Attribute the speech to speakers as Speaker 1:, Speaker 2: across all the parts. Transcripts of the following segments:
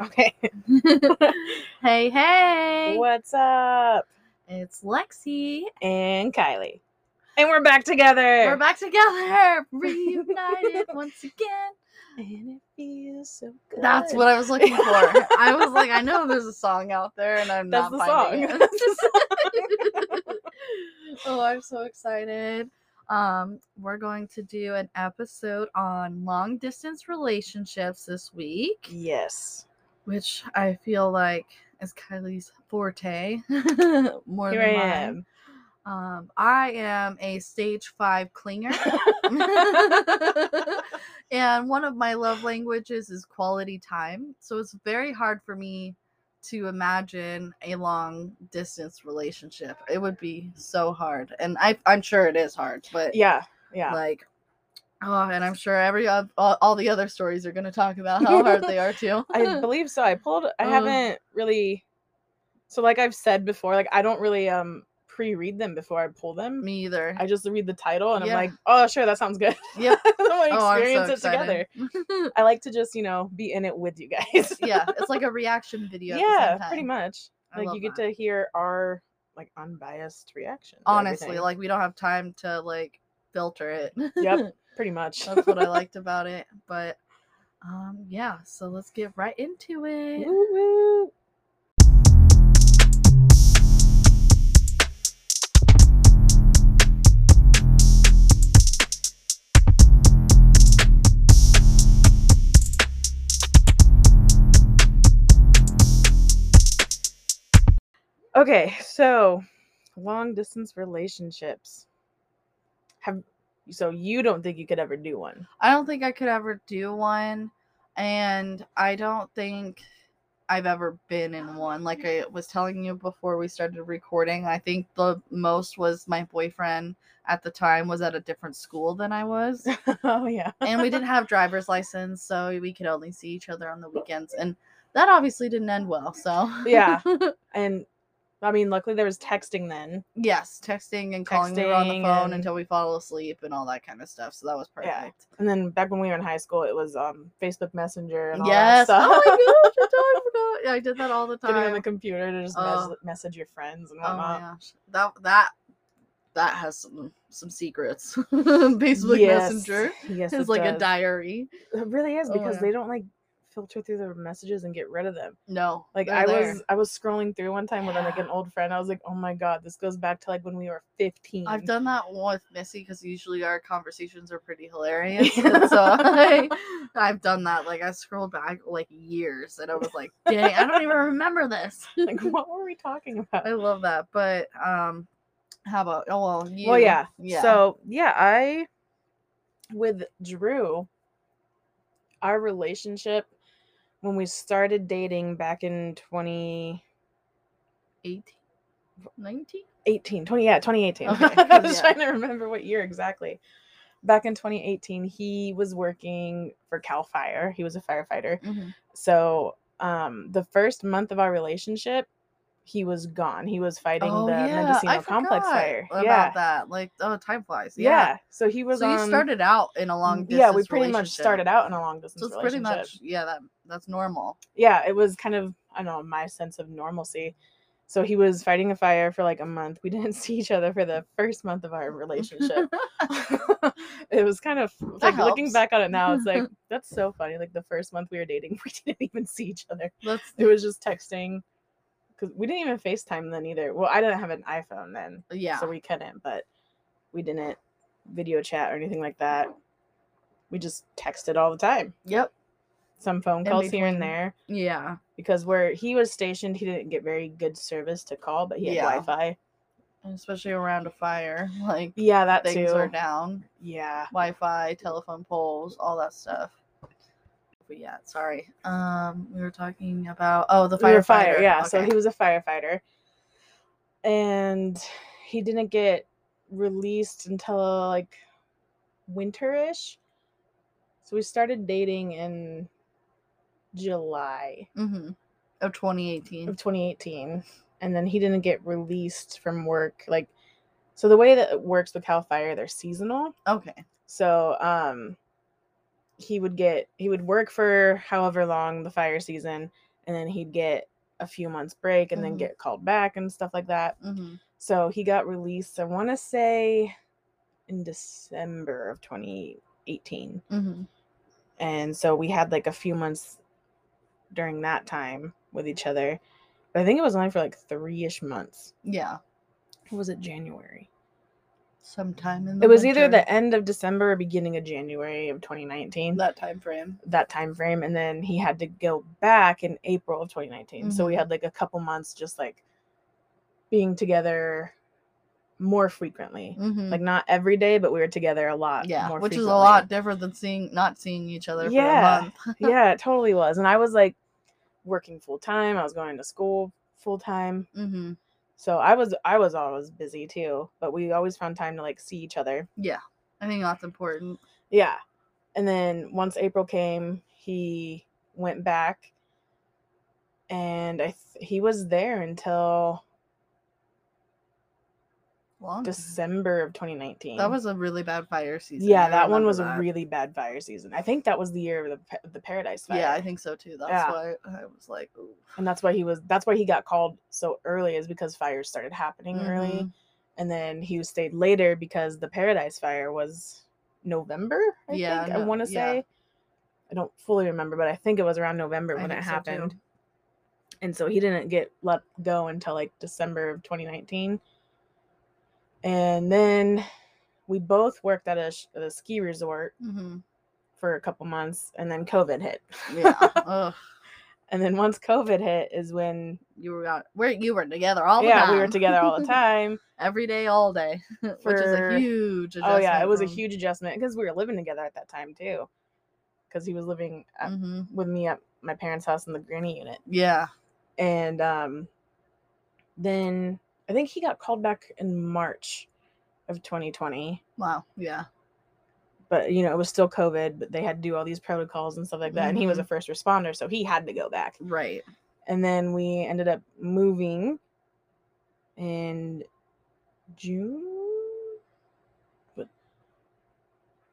Speaker 1: Okay.
Speaker 2: hey, hey.
Speaker 1: What's up?
Speaker 2: It's Lexi.
Speaker 1: And Kylie. And we're back together.
Speaker 2: We're back together, reunited once again.
Speaker 1: And it feels so good.
Speaker 2: That's what I was looking for. I was like, I know there's a song out there, and I'm
Speaker 1: That's the
Speaker 2: not finding
Speaker 1: song.
Speaker 2: it. oh, I'm so excited. Um, we're going to do an episode on long distance relationships this week,
Speaker 1: Yes.
Speaker 2: which I feel like is Kylie's forte more
Speaker 1: Here I
Speaker 2: than mine.
Speaker 1: am.
Speaker 2: Um, I am a stage five clinger. and one of my love languages is quality time. So it's very hard for me to imagine a long distance relationship. It would be so hard. And I, I'm sure it is hard, but
Speaker 1: Yeah. Yeah.
Speaker 2: like, oh, and I'm sure every oth- all, all the other stories are going to talk about how hard they are too.
Speaker 1: I believe so. I pulled I
Speaker 2: Uh.
Speaker 1: haven't really so like I've said before, like I don't really um pre-read them before I pull them.
Speaker 2: me either.
Speaker 1: I just read the title and I'm
Speaker 2: Yeah.
Speaker 1: like, oh sure, that sounds good.
Speaker 2: Yep.
Speaker 1: I want to
Speaker 2: Oh, I'm
Speaker 1: experience
Speaker 2: so
Speaker 1: it together.
Speaker 2: excited.
Speaker 1: I like to just, you know, be in it with you guys.
Speaker 2: yeah, it's like a reaction video. at the same
Speaker 1: yeah, pretty
Speaker 2: time.
Speaker 1: much.
Speaker 2: I
Speaker 1: Like
Speaker 2: love
Speaker 1: you get
Speaker 2: that.
Speaker 1: to hear our like unbiased reaction. to
Speaker 2: honestly
Speaker 1: everything,
Speaker 2: like we don't have time to like filter it
Speaker 1: Yep. pretty much.
Speaker 2: that's what i liked about it but um yeah so let's get right into it
Speaker 1: Woo woo. Okay, so long distance relationships. Have so you don't think you could ever do one?
Speaker 2: i don't think i could ever do one and i don't think i've ever been in one like i was telling you before we started recording i think the most was my boyfriend at the time was at a different school than i was
Speaker 1: oh yeah.
Speaker 2: and we didn't have driver's license, so we could only see each other on the weekends, and that obviously didn't end well. So
Speaker 1: Yeah. And I mean, luckily there was texting then.
Speaker 2: yes, texting and calling we were on the
Speaker 1: Texting
Speaker 2: phone
Speaker 1: and-
Speaker 2: until we fall asleep and all that kind of stuff. So that was perfect.
Speaker 1: Yeah. And then back when we were in high school, it was um Facebook Messenger and all
Speaker 2: Yes.
Speaker 1: that
Speaker 2: Oh
Speaker 1: stuff.
Speaker 2: my gosh, I totally forgot. Yeah, I did that all the time.
Speaker 1: Getting on the computer to just mes-
Speaker 2: Oh.
Speaker 1: message your friends and
Speaker 2: oh my
Speaker 1: whatnot.
Speaker 2: gosh, that that that has some some secrets. Facebook
Speaker 1: Yes.
Speaker 2: Messenger
Speaker 1: Yes,
Speaker 2: is
Speaker 1: it
Speaker 2: like a
Speaker 1: does.
Speaker 2: diary.
Speaker 1: It really is
Speaker 2: Oh my
Speaker 1: because
Speaker 2: God.
Speaker 1: they don't like filter through the messages and get rid of them.
Speaker 2: No,
Speaker 1: Like
Speaker 2: they're
Speaker 1: I
Speaker 2: there.
Speaker 1: was, I was scrolling through one time with like
Speaker 2: Yeah.
Speaker 1: an old friend. I was like, oh my god, this goes back to like when we were fifteen.
Speaker 2: I've done that with Missy because usually our conversations are pretty hilarious. and so I, I've done that. Like I scrolled back like years, and I was like, "Dang, I don't even remember this."
Speaker 1: like what were we talking about?
Speaker 2: I love that. But um, how about? Oh well, you,
Speaker 1: Well, yeah.
Speaker 2: yeah.
Speaker 1: So yeah, I with Drew, our relationship when we started dating back in 2018,
Speaker 2: 18, 19?
Speaker 1: 20 yeah, 2018.
Speaker 2: Okay,
Speaker 1: I was
Speaker 2: yeah.
Speaker 1: trying to remember what year exactly. Back in 2018, he was working for Cal Fire. He was a firefighter.
Speaker 2: Mhm.
Speaker 1: So, um, the first month of our relationship, he was gone. He was fighting
Speaker 2: Oh
Speaker 1: the
Speaker 2: yeah, I
Speaker 1: Mendocino Complex
Speaker 2: forgot
Speaker 1: Fire.
Speaker 2: about
Speaker 1: yeah.
Speaker 2: that. Like oh, time flies.
Speaker 1: yeah.
Speaker 2: Yeah.
Speaker 1: So he was
Speaker 2: so
Speaker 1: on
Speaker 2: you started out in a long distance.
Speaker 1: Mm, yeah we pretty much
Speaker 2: relationship.
Speaker 1: started out in a long distance
Speaker 2: So it's pretty
Speaker 1: relationship
Speaker 2: much yeah. That that's normal.
Speaker 1: yeah it was kind of i don't know my sense of normalcy so he was fighting a fire for like a month we didn't see each other for the first month of our relationship it was kind of like looking
Speaker 2: helps.
Speaker 1: back on it now it's like that's so funny like the first month we were dating we didn't even see each other
Speaker 2: That's
Speaker 1: it was just texting because we didn't even facetime then either well i didn't have an iphone then
Speaker 2: yeah.
Speaker 1: so we couldn't but we didn't video chat or anything like that we just texted all the time
Speaker 2: Yep.
Speaker 1: some phone
Speaker 2: In
Speaker 1: calls here and
Speaker 2: between.
Speaker 1: there
Speaker 2: Yeah.
Speaker 1: because where he was stationed, he didn't get very good service to call, but he had
Speaker 2: Yeah.
Speaker 1: Wi-Fi.
Speaker 2: And especially around a fire. Like
Speaker 1: Yeah, that
Speaker 2: things
Speaker 1: too.
Speaker 2: are down.
Speaker 1: Yeah,
Speaker 2: Wi Fi, telephone poles, all that stuff. But yeah, sorry. Um we were talking about oh the
Speaker 1: we were
Speaker 2: firefighter.
Speaker 1: fire. Yeah, so
Speaker 2: Okay.
Speaker 1: he was a firefighter, and he didn't get released until like winterish. So we started dating in July
Speaker 2: Mhm. of twenty
Speaker 1: of
Speaker 2: eighteen.
Speaker 1: 2018, and then he didn't get released from work. Like, so the way that it works with Cal Fire, they're seasonal.
Speaker 2: Okay.
Speaker 1: So um he would get he would work for however long the fire season and then he'd get a few months break and then
Speaker 2: Mhm.
Speaker 1: get called back and stuff like that
Speaker 2: hmm
Speaker 1: so he got released i want to say in december of 2018
Speaker 2: hmm
Speaker 1: and so we had like a few months during that time with each other but i think it was only for like three-ish months
Speaker 2: Yeah.
Speaker 1: Or was it january
Speaker 2: Sometime in the
Speaker 1: it was either
Speaker 2: winter,
Speaker 1: the end of december or beginning of january of 2019
Speaker 2: that time frame.
Speaker 1: that time frame and then he had to go back in april of 2019 so we
Speaker 2: Mhm.
Speaker 1: had like a couple months just like being together more frequently
Speaker 2: hmm
Speaker 1: like not every day but we were together a lot
Speaker 2: yeah,
Speaker 1: Mm-hmm. more
Speaker 2: which is a
Speaker 1: frequently.
Speaker 2: lot different than seeing not seeing each other
Speaker 1: Yeah.
Speaker 2: for a month.
Speaker 1: yeah it totally was and i was like working full time i was going to school full time
Speaker 2: hmm
Speaker 1: so i was i was always busy too but we always found time to like see each other
Speaker 2: Yeah, I think that's important.
Speaker 1: Yeah. And then once April came, he went back and I th- he was there until
Speaker 2: Long time.
Speaker 1: December of 2019.
Speaker 2: That was a really bad fire season.
Speaker 1: Yeah,
Speaker 2: I
Speaker 1: that one
Speaker 2: remember
Speaker 1: was a
Speaker 2: that.
Speaker 1: really bad fire season. I think that was the year of the, pa- the Paradise Fire.
Speaker 2: Yeah, I think so too. That's
Speaker 1: Yeah.
Speaker 2: why I was like, ooh.
Speaker 1: and that's why he was that's why he got called so early is because fires started happening early
Speaker 2: Mhm.
Speaker 1: and then he stayed later because the Paradise Fire was November, I
Speaker 2: Yeah,
Speaker 1: think. I
Speaker 2: no-
Speaker 1: want to
Speaker 2: yeah.
Speaker 1: say I don't fully remember, but I think it was around November
Speaker 2: I
Speaker 1: when it
Speaker 2: think so, too.
Speaker 1: happened. and so he didn't get let go until like December of 2019. And then we both worked at a, sh- at a ski resort
Speaker 2: Mhm.
Speaker 1: for a couple months, and then COVID hit.
Speaker 2: Yeah. Ugh,
Speaker 1: and then once COVID hit, is when
Speaker 2: you were out, where you were together all the
Speaker 1: yeah
Speaker 2: time.
Speaker 1: we were together all the time.
Speaker 2: every day, all day, which is
Speaker 1: For-
Speaker 2: a huge.
Speaker 1: oh yeah, it
Speaker 2: adjustment
Speaker 1: was a
Speaker 2: from-
Speaker 1: huge adjustment because we were living together at that time too, because he was living at,
Speaker 2: Mhm.
Speaker 1: with me at my parents' house in the granny unit.
Speaker 2: Yeah.
Speaker 1: and um, then I think he got called back in March of 2020.
Speaker 2: Wow. Yeah.
Speaker 1: But you know, it was still COVID, but they had to do all these protocols and stuff like that. And he was
Speaker 2: Mm-hmm.
Speaker 1: a first responder, so he had to go back.
Speaker 2: Right.
Speaker 1: And then we ended up moving in June. But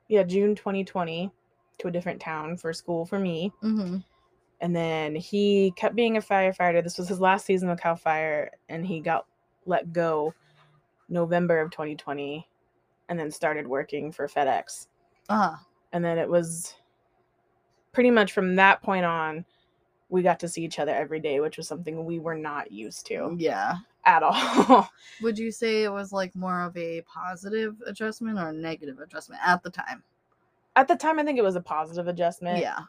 Speaker 1: yeah, June 2020 to a different town for school for me.
Speaker 2: hmm
Speaker 1: and then he kept being a firefighter. This was his last season with Cal Fire, and he got let go November of 2020, and then started working for FedEx.
Speaker 2: Uh,
Speaker 1: And then it was pretty much from that point on, we got to see each other every day, which was something we were not used to
Speaker 2: yeah.
Speaker 1: at all.
Speaker 2: Would you say it was like more of a positive adjustment or a negative adjustment at the time?
Speaker 1: at the time, I think it was a positive adjustment.
Speaker 2: Yeah.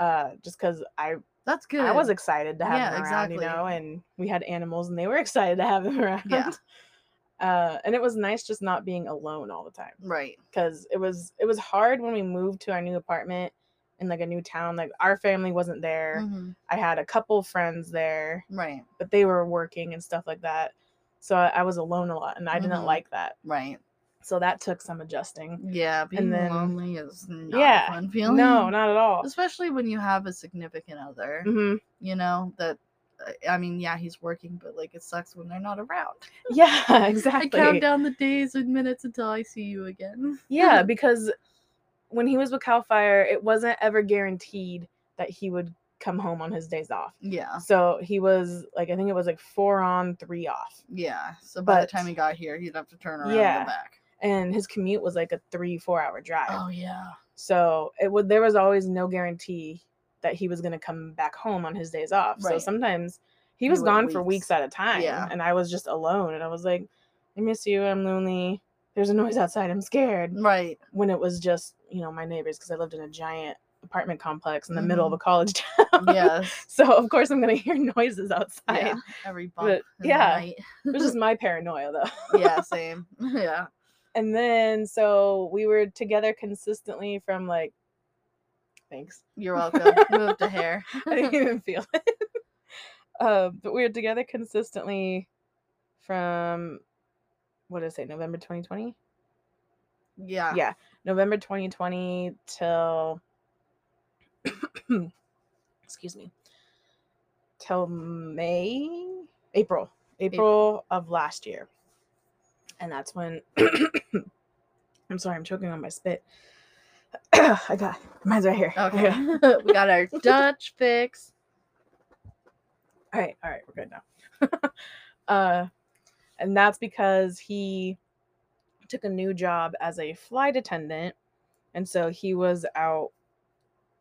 Speaker 1: Uh, just because I
Speaker 2: That's good.
Speaker 1: I was excited to have
Speaker 2: Yeah,
Speaker 1: him around, you know,
Speaker 2: exactly.
Speaker 1: and we had animals and they were excited to have him around.
Speaker 2: Yeah.
Speaker 1: Uh, and it was nice just not being alone all the time
Speaker 2: right.
Speaker 1: because it was it was hard when we moved to our new apartment in like a new town. Like our family wasn't there.
Speaker 2: hmm
Speaker 1: I had a couple friends there,
Speaker 2: Right.
Speaker 1: but they were working and stuff like that. So I, I was alone a lot, and I didn't
Speaker 2: Mhm.
Speaker 1: like that.
Speaker 2: Right.
Speaker 1: So that took some adjusting.
Speaker 2: Yeah. Being
Speaker 1: then-
Speaker 2: lonely is not
Speaker 1: Yeah.
Speaker 2: a fun feeling.
Speaker 1: No, not at all.
Speaker 2: Especially when you have a significant other,
Speaker 1: hmm
Speaker 2: you know, that uh, I- I mean, yeah, he's working, but like it sucks when they're not around.
Speaker 1: Yeah,
Speaker 2: I
Speaker 1: exactly.
Speaker 2: count down the days and minutes until I see you again.
Speaker 1: Yeah, because when he was with Cal Fire, it wasn't ever guaranteed that he would come home on his days off.
Speaker 2: Yeah.
Speaker 1: So he was like, I think it was like four on, three off.
Speaker 2: Yeah. So by the
Speaker 1: But-
Speaker 2: time he got here, he'd have to turn around
Speaker 1: Yeah.
Speaker 2: and go back.
Speaker 1: And his commute was like a three, four hour drive.
Speaker 2: Oh yeah.
Speaker 1: So it would there was always no guarantee that he was gonna come back home on his days off. So
Speaker 2: Right.
Speaker 1: sometimes he
Speaker 2: You
Speaker 1: was
Speaker 2: went
Speaker 1: gone for
Speaker 2: weeks.
Speaker 1: weeks at a time.
Speaker 2: Yeah.
Speaker 1: And I was just alone and I was like, I miss you, I'm lonely. There's a noise outside, I'm scared.
Speaker 2: Right.
Speaker 1: When it was just, you know, my neighbors because I lived in a giant apartment complex in the middle of
Speaker 2: Mm-hmm.
Speaker 1: a college town.
Speaker 2: Yes.
Speaker 1: so of course I'm gonna hear noises outside.
Speaker 2: yeah. Every bump.
Speaker 1: But-
Speaker 2: in the
Speaker 1: yeah.
Speaker 2: night.
Speaker 1: Which is my paranoia though.
Speaker 2: yeah. Same. yeah.
Speaker 1: and then so we were together consistently from like thanks
Speaker 2: You're welcome. Move to hair.
Speaker 1: i didn't even feel it uh, but we were together consistently from what did i say november 2020
Speaker 2: Yeah.
Speaker 1: yeah november 2020 till excuse me till may april april of last year and that's when i'm sorry i'm choking on my spit I got mine's right here.
Speaker 2: Okay.
Speaker 1: Yeah.
Speaker 2: we got our Dutch fix.
Speaker 1: All right, all right, we're good now. uh, and that's because he took a new job as a flight attendant, and so he was out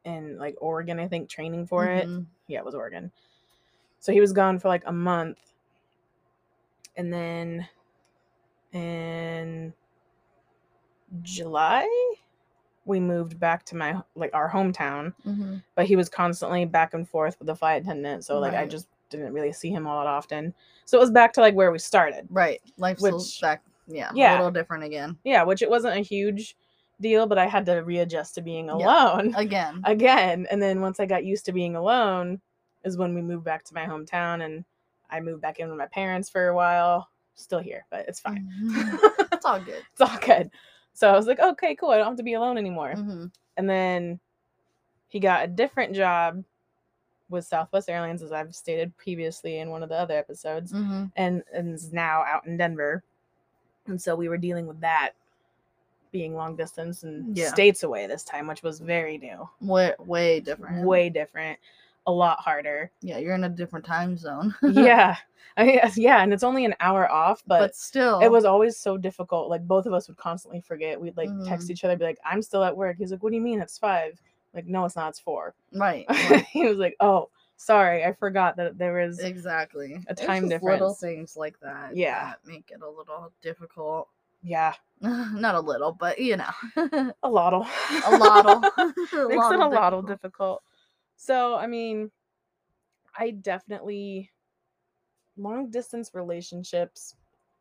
Speaker 1: in like Oregon, I think, training for it.
Speaker 2: Mhm.
Speaker 1: Yeah, it was Oregon. So he was gone for like a month, and then in July we moved back to my like our hometown
Speaker 2: Mhm.
Speaker 1: but he was constantly back and forth with the flight attendant. So like I
Speaker 2: Right.
Speaker 1: just didn't really see him all that often. So it was back to like where we started.
Speaker 2: Right. Life's a little
Speaker 1: Which-
Speaker 2: back. Yeah.
Speaker 1: yeah.
Speaker 2: A little different again.
Speaker 1: Yeah, which it wasn't a huge deal, but I had to readjust to being
Speaker 2: Yeah. Uh
Speaker 1: alone
Speaker 2: Again.
Speaker 1: again. And then once I got used to being alone is when we moved back to my hometown and I moved back in with my parents for a while. Still here, but it's fine.
Speaker 2: Mhm. That's all good.
Speaker 1: it's all good. So I was like, okay, cool. I don't have to be alone anymore.
Speaker 2: Mhm.
Speaker 1: and then he got a different job with Southwest Airlines, as I've stated previously in one of the other episodes,
Speaker 2: Mhm.
Speaker 1: and and is now out in Denver. And so we were dealing with that being long distance and
Speaker 2: Yeah.
Speaker 1: states away this time, which was very new,
Speaker 2: Way, way different.
Speaker 1: way different, a lot harder.
Speaker 2: Yeah, you're in a different time zone.
Speaker 1: yeah, I mean, yeah, and it's only an hour off,
Speaker 2: but,
Speaker 1: but.
Speaker 2: still,
Speaker 1: it was always so difficult. Like both of us would constantly forget. We'd like text
Speaker 2: Mhm.
Speaker 1: each other, be like, "I'm still at work." He's like, "What do you mean it's five? Like, "No, it's not. It's four.
Speaker 2: right. right.
Speaker 1: he was like, Eh, "Oh, sorry, I forgot that there was."
Speaker 2: exactly.
Speaker 1: A
Speaker 2: It's
Speaker 1: time
Speaker 2: just Little
Speaker 1: difference.
Speaker 2: things like that.
Speaker 1: Yeah.
Speaker 2: that make it a little difficult.
Speaker 1: Yeah,
Speaker 2: Not a little, but you know, a
Speaker 1: a lottle.
Speaker 2: lottle.
Speaker 1: Makes it a lottle difficult. So, I mean, I definitely long distance relationships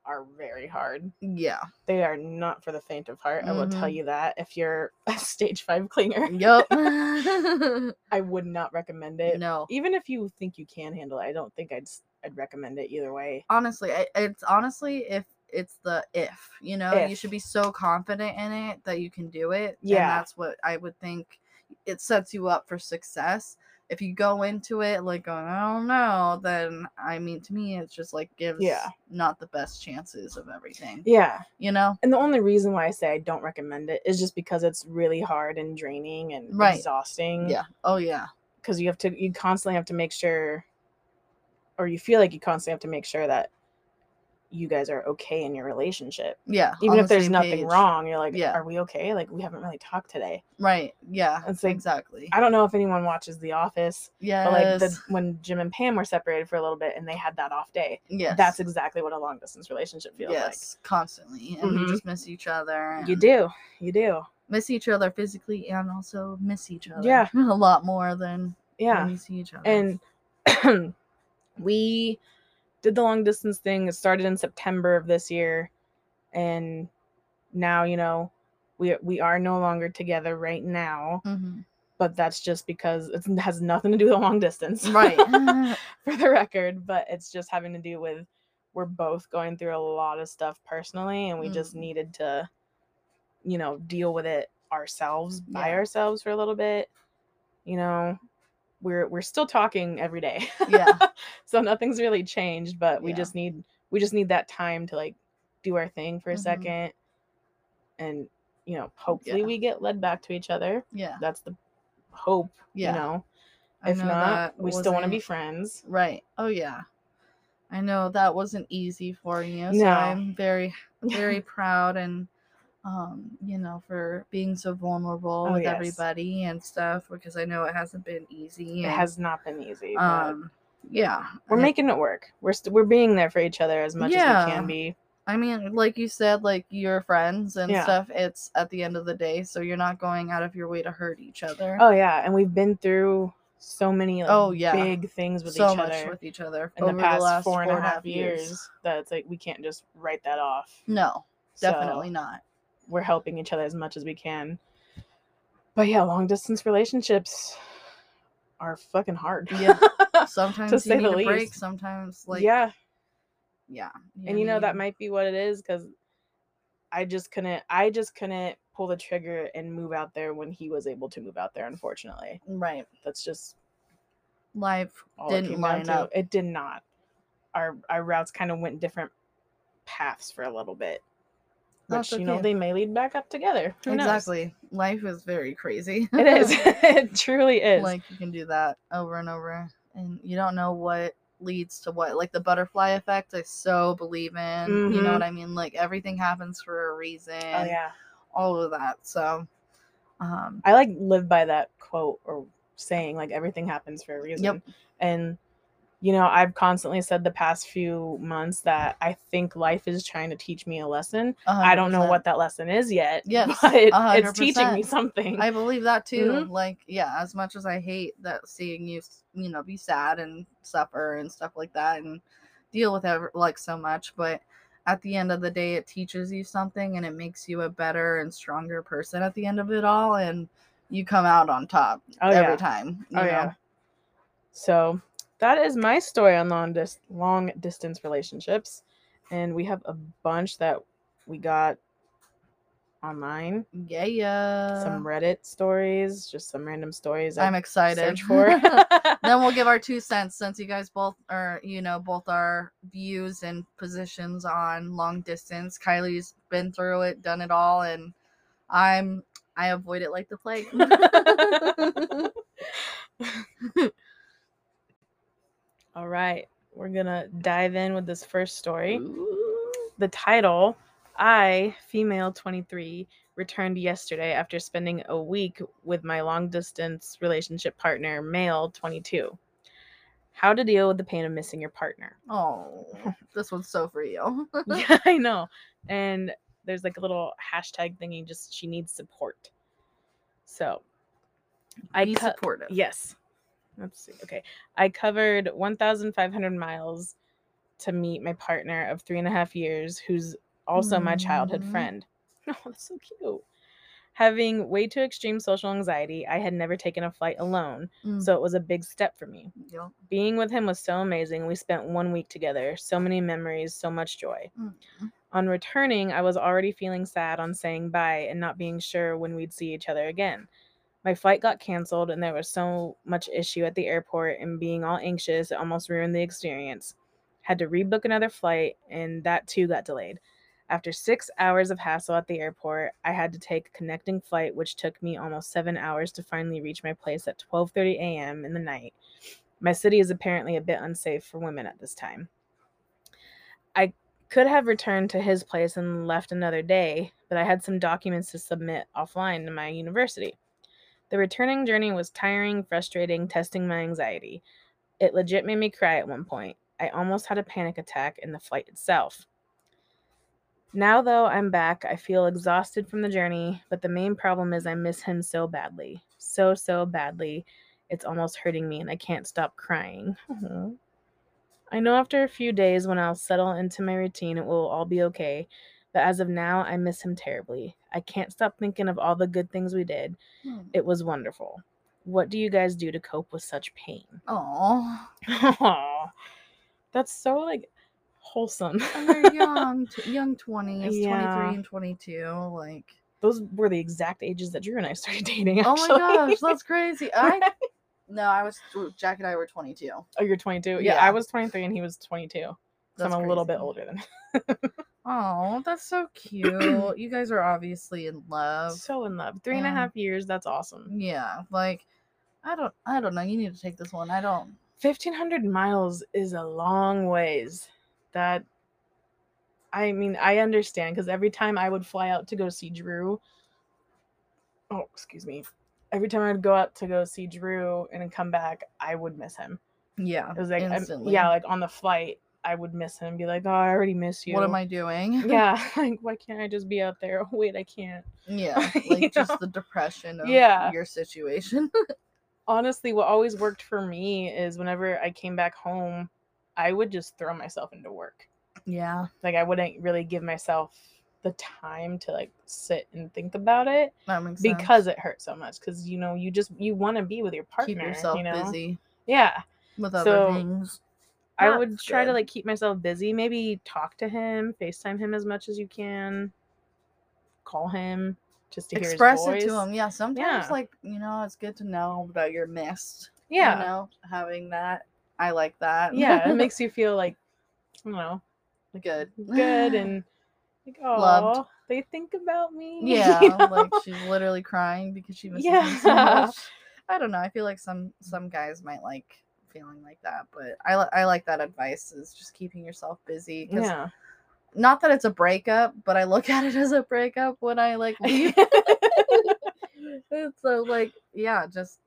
Speaker 1: are very hard.
Speaker 2: Yeah.
Speaker 1: They are not for the faint of heart. I will tell
Speaker 2: Mhm.
Speaker 1: you that. If you're a stage five clinger,
Speaker 2: Yep.
Speaker 1: I would not recommend it.
Speaker 2: no.
Speaker 1: Even if you think you can handle it, I don't think I'd s- I'd recommend it either way.
Speaker 2: honestly, I, it's honestly if it's the if, you know, you
Speaker 1: If.
Speaker 2: should be so confident in it that you can do it. and
Speaker 1: Yeah.
Speaker 2: that's what I would think it sets you up for success. If you go into it like going, I don't know, then I mean, to me, it's just like gives
Speaker 1: Yeah. E
Speaker 2: not the best chances of everything,
Speaker 1: Yeah.
Speaker 2: you know?
Speaker 1: And the only reason why I say I don't recommend it is just because it's really hard and draining and
Speaker 2: Right.
Speaker 1: exhausting.
Speaker 2: Yeah. Oh, yeah.
Speaker 1: Because you have to, you constantly have to make sure, or you feel like you constantly have to make sure that you guys are okay in your relationship.
Speaker 2: Yeah.
Speaker 1: Even
Speaker 2: on
Speaker 1: if
Speaker 2: the
Speaker 1: there's
Speaker 2: same
Speaker 1: nothing
Speaker 2: page.
Speaker 1: wrong, you're like,
Speaker 2: Yeah.
Speaker 1: are we okay? Like, we haven't really talked today.
Speaker 2: Right. Yeah.
Speaker 1: It's like,
Speaker 2: exactly.
Speaker 1: I don't know if anyone watches The Office,
Speaker 2: Yeah.
Speaker 1: but like the, when Jim and Pam were separated for a little bit and they had that off day,
Speaker 2: yes.
Speaker 1: that's exactly what a long distance relationship feels
Speaker 2: Yes. Constantly. And
Speaker 1: Mhm.
Speaker 2: you just miss each other.
Speaker 1: like. You
Speaker 2: and-
Speaker 1: do. You do.
Speaker 2: miss each other physically and also miss each other.
Speaker 1: Yeah.
Speaker 2: A lot more than
Speaker 1: Yeah.
Speaker 2: when you see each other.
Speaker 1: and we did the long distance thing it started in september of this year and now you know we we are no longer together right now
Speaker 2: Mhm.
Speaker 1: but that's just because it's- it has nothing to do with long distance
Speaker 2: right.
Speaker 1: for the record but it's just having to do with we're both going through a lot of stuff personally and we just
Speaker 2: Mm.
Speaker 1: needed to you know deal with it ourselves by
Speaker 2: Yeah.
Speaker 1: ourselves for a little bit you know we're we're still talking every day
Speaker 2: yeah.
Speaker 1: so nothing's really changed but we
Speaker 2: Yeah.
Speaker 1: just need we just need that time to like do our thing for a
Speaker 2: Mhm.
Speaker 1: second and you know hopefully we get led back to each other
Speaker 2: Yeah.
Speaker 1: that's the hope
Speaker 2: Yeah.
Speaker 1: you know
Speaker 2: I
Speaker 1: if
Speaker 2: know
Speaker 1: not
Speaker 2: that
Speaker 1: we still want to be
Speaker 2: wasn't-
Speaker 1: friends
Speaker 2: Right. Oh yeah. I know that wasn't easy for you. So
Speaker 1: No.
Speaker 2: I'm very very proud and um, you know, for being so vulnerable
Speaker 1: Oh,
Speaker 2: with
Speaker 1: yes.
Speaker 2: everybody and stuff because I know it hasn't been easy.
Speaker 1: it
Speaker 2: and,
Speaker 1: has not been easy but
Speaker 2: um yeah.
Speaker 1: we're
Speaker 2: I-
Speaker 1: making it work we're st- we're being there for each other as much as we
Speaker 2: Yeah.
Speaker 1: can be
Speaker 2: I mean, like you said, like your friends and
Speaker 1: Yeah.
Speaker 2: stuff, it's at the end of the day, so you're not going out of your way to hurt each other.
Speaker 1: oh yeah and we've been through so many like,
Speaker 2: Oh, yeah.
Speaker 1: big things with
Speaker 2: so
Speaker 1: each
Speaker 2: much
Speaker 1: other
Speaker 2: with each other
Speaker 1: in
Speaker 2: over
Speaker 1: the past
Speaker 2: last
Speaker 1: four and a half years, that it's like we can't just write that off
Speaker 2: No, Mm, definitely
Speaker 1: So,
Speaker 2: not.
Speaker 1: we're helping each other as much as we can. But yeah, long distance relationships are fucking hard.
Speaker 2: Yeah. Sometimes
Speaker 1: say
Speaker 2: you need
Speaker 1: the
Speaker 2: a break.
Speaker 1: least.
Speaker 2: Sometimes, like, yeah,
Speaker 1: yeah.
Speaker 2: yeah.
Speaker 1: And you know that
Speaker 2: mean?
Speaker 1: might be what it is because I just couldn't I just couldn't pull the trigger and move out there when he was able to move out there, unfortunately.
Speaker 2: right
Speaker 1: That's just
Speaker 2: life
Speaker 1: all it
Speaker 2: didn't
Speaker 1: came down
Speaker 2: line
Speaker 1: to.
Speaker 2: up.
Speaker 1: It did not. Our our routes kind of went different paths for a little bit. Which,
Speaker 2: That's
Speaker 1: you know,
Speaker 2: okay.
Speaker 1: they may lead back up together. Who
Speaker 2: exactly. Life is very crazy.
Speaker 1: knows? It is. it truly is.
Speaker 2: like you can do that over and over and you don't know what leads to what like the butterfly effect i so believe in you know
Speaker 1: Mhm.
Speaker 2: what i mean like everything happens for a reason
Speaker 1: oh, yeah.
Speaker 2: all of that so um
Speaker 1: I like live by that quote or saying like everything happens for a reason. And you know, I've constantly said the past few months that I think life is trying to teach me a lesson. I don't know
Speaker 2: 100%.
Speaker 1: what that lesson is yet.
Speaker 2: Yes,
Speaker 1: but it's teaching me
Speaker 2: 100%.
Speaker 1: something.
Speaker 2: I believe that too.
Speaker 1: Mhm.
Speaker 2: Like, yeah, as much as I hate that seeing you, s- you know, be sad and suffer and stuff like that and deal with ever, like so much, but at the end of the day, it teaches you something and it makes you a better and stronger person at the end of it all. And you come out on top
Speaker 1: oh
Speaker 2: every
Speaker 1: yeah.
Speaker 2: time. You
Speaker 1: Oh
Speaker 2: know?
Speaker 1: yeah. So that is my story on long dis- long distance relationships, and we have a bunch that we got online.
Speaker 2: Yeah. Yeah.
Speaker 1: some Reddit stories, just some random stories. I
Speaker 2: Uh. I'm excited.
Speaker 1: Search for.
Speaker 2: then we'll give our two cents since you guys both are you know both our views and positions on long distance kylie's been through it done it all and i'm i avoid it like the plague
Speaker 1: All right, we're gonna dive in with this first story. The title I, female 23, returned yesterday after spending a week with my long distance relationship partner, male 22. How to deal with the pain of missing your partner.
Speaker 2: oh this one's so for you
Speaker 1: yeah, I know. And there's like a little hashtag thingy, just she needs support. So I
Speaker 2: be
Speaker 1: cut.
Speaker 2: supportive
Speaker 1: Yes. Let's see. Okay. I covered 1,500 miles to meet my partner of three and a half years, who's also my childhood
Speaker 2: Mhm.
Speaker 1: friend. Oh, that's so cute. Having way too extreme social anxiety, I had never taken a flight alone,
Speaker 2: Mm,
Speaker 1: so it was a big step for me.
Speaker 2: yeah.
Speaker 1: Being with him was so amazing. We spent one week together, so many memories, so much joy.
Speaker 2: Mm.
Speaker 1: On returning, I was already feeling sad on saying bye and not being sure when we'd see each other again. My flight got canceled, and there was so much issue at the airport, and being all anxious, it almost ruined the experience. Had to rebook another flight, and that too got delayed. After six hours of hassle at the airport, I had to take a connecting flight, which took me almost seven hours to finally reach my place at 12:30 a.m. in the night. My city is apparently a bit unsafe for women at this time could have returned to his place and left another day, but I had some documents to submit offline to my university. The returning journey was tiring, frustrating, testing my anxiety. It legit made me cry at one point. I almost had a panic attack in the flight itself. Now, though, I'm back. I feel exhausted from the journey, but the main problem is I miss him so badly. So, so badly. It's almost hurting me, and I can't stop crying. Aw. I know after a few days when I'll settle into my routine, it will all be okay. But as of now, I miss him terribly. I can't stop thinking of all the good things we did.
Speaker 2: Mm.
Speaker 1: It was wonderful. What do you guys do to cope with such pain?
Speaker 2: Aw,
Speaker 1: Aw, that's so like wholesome.
Speaker 2: and they're young, t- young twenties,
Speaker 1: Yeah.
Speaker 2: twenty-three and twenty-two. Like,
Speaker 1: Those were the exact ages that Drew and I started dating. Actually.
Speaker 2: oh my gosh, that's crazy! I
Speaker 1: Right?
Speaker 2: no, I was ooh, Jack and I were twenty-two.
Speaker 1: Oh, you're 22. Yeah, I
Speaker 2: Yeah.
Speaker 1: was 23 and he was 22. So
Speaker 2: That's
Speaker 1: I'm a little bit
Speaker 2: crazy.
Speaker 1: older than him.
Speaker 2: Oh, that's so cute. you guys are obviously in love.
Speaker 1: So in love. Three and a half
Speaker 2: Yeah.
Speaker 1: years. That's awesome.
Speaker 2: Yeah, like I don't I don't know. You need to take this one. I don't
Speaker 1: 1500 miles is a long ways that i mean i understand because every time i would fly out to go see drew oh excuse me every time i'd go out to go see drew and then come back i would miss him
Speaker 2: yeah.
Speaker 1: it was like I'm-
Speaker 2: instantly.
Speaker 1: yeah like on the flight i would miss him and be like oh i already miss you
Speaker 2: What am I doing?
Speaker 1: yeah like why can't i just be out there oh wait i can't
Speaker 2: Yeah.
Speaker 1: You
Speaker 2: Like
Speaker 1: know?
Speaker 2: just the depression of
Speaker 1: Yeah.
Speaker 2: your situation.
Speaker 1: honestly what always worked for me is whenever i came back home i would just throw myself into work
Speaker 2: yeah.
Speaker 1: like I wouldn't really give myself the time to like sit and think about it
Speaker 2: That makes sense.
Speaker 1: because it hurts so much because you know you just you want to be with your partner
Speaker 2: keep yourself
Speaker 1: you know?
Speaker 2: busy
Speaker 1: yeah
Speaker 2: with other
Speaker 1: So,
Speaker 2: things.
Speaker 1: i would
Speaker 2: That's
Speaker 1: try to
Speaker 2: good.
Speaker 1: like keep myself busy maybe talk to him facetime him as much as you can call him just to
Speaker 2: Express
Speaker 1: hear
Speaker 2: it
Speaker 1: his voice
Speaker 2: to them. Yeah. Sometimes
Speaker 1: Yeah.
Speaker 2: like, you know, it's good to know about your missed.
Speaker 1: yeah
Speaker 2: You know, having that. I like that.
Speaker 1: yeah it makes you feel like you know
Speaker 2: good.
Speaker 1: good and like oh
Speaker 2: Loved.
Speaker 1: they think about me.
Speaker 2: Yeah,
Speaker 1: You know?
Speaker 2: like she's literally crying because she misses him so
Speaker 1: Yeah.
Speaker 2: much. I don't know. I feel like some some guys might like feeling like that, but I li- I like that advice is just keeping yourself busy. 'cause
Speaker 1: yeah.
Speaker 2: Not that it's a breakup, but I look at it as a breakup when I like leave. so like yeah, just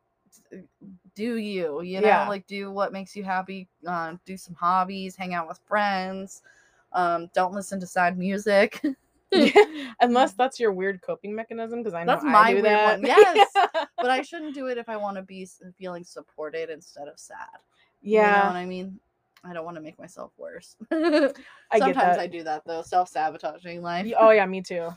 Speaker 2: do you, you know,
Speaker 1: Yeah.
Speaker 2: like do what makes you happy. Um, do some hobbies, hang out with friends. Um, don't listen to sad music.
Speaker 1: Unless that's your weird coping mechanism, because I know
Speaker 2: Mm. That's
Speaker 1: I
Speaker 2: my
Speaker 1: do
Speaker 2: weird
Speaker 1: that.
Speaker 2: one, yes.
Speaker 1: yeah.
Speaker 2: but I shouldn't do it if I want to be s- feeling supported instead of sad. You know
Speaker 1: Yeah,
Speaker 2: what I mean? I don't want to make myself worse. Sometimes
Speaker 1: I get that.
Speaker 2: I do that though, self sabotaging life.
Speaker 1: Y- Oh yeah, me too.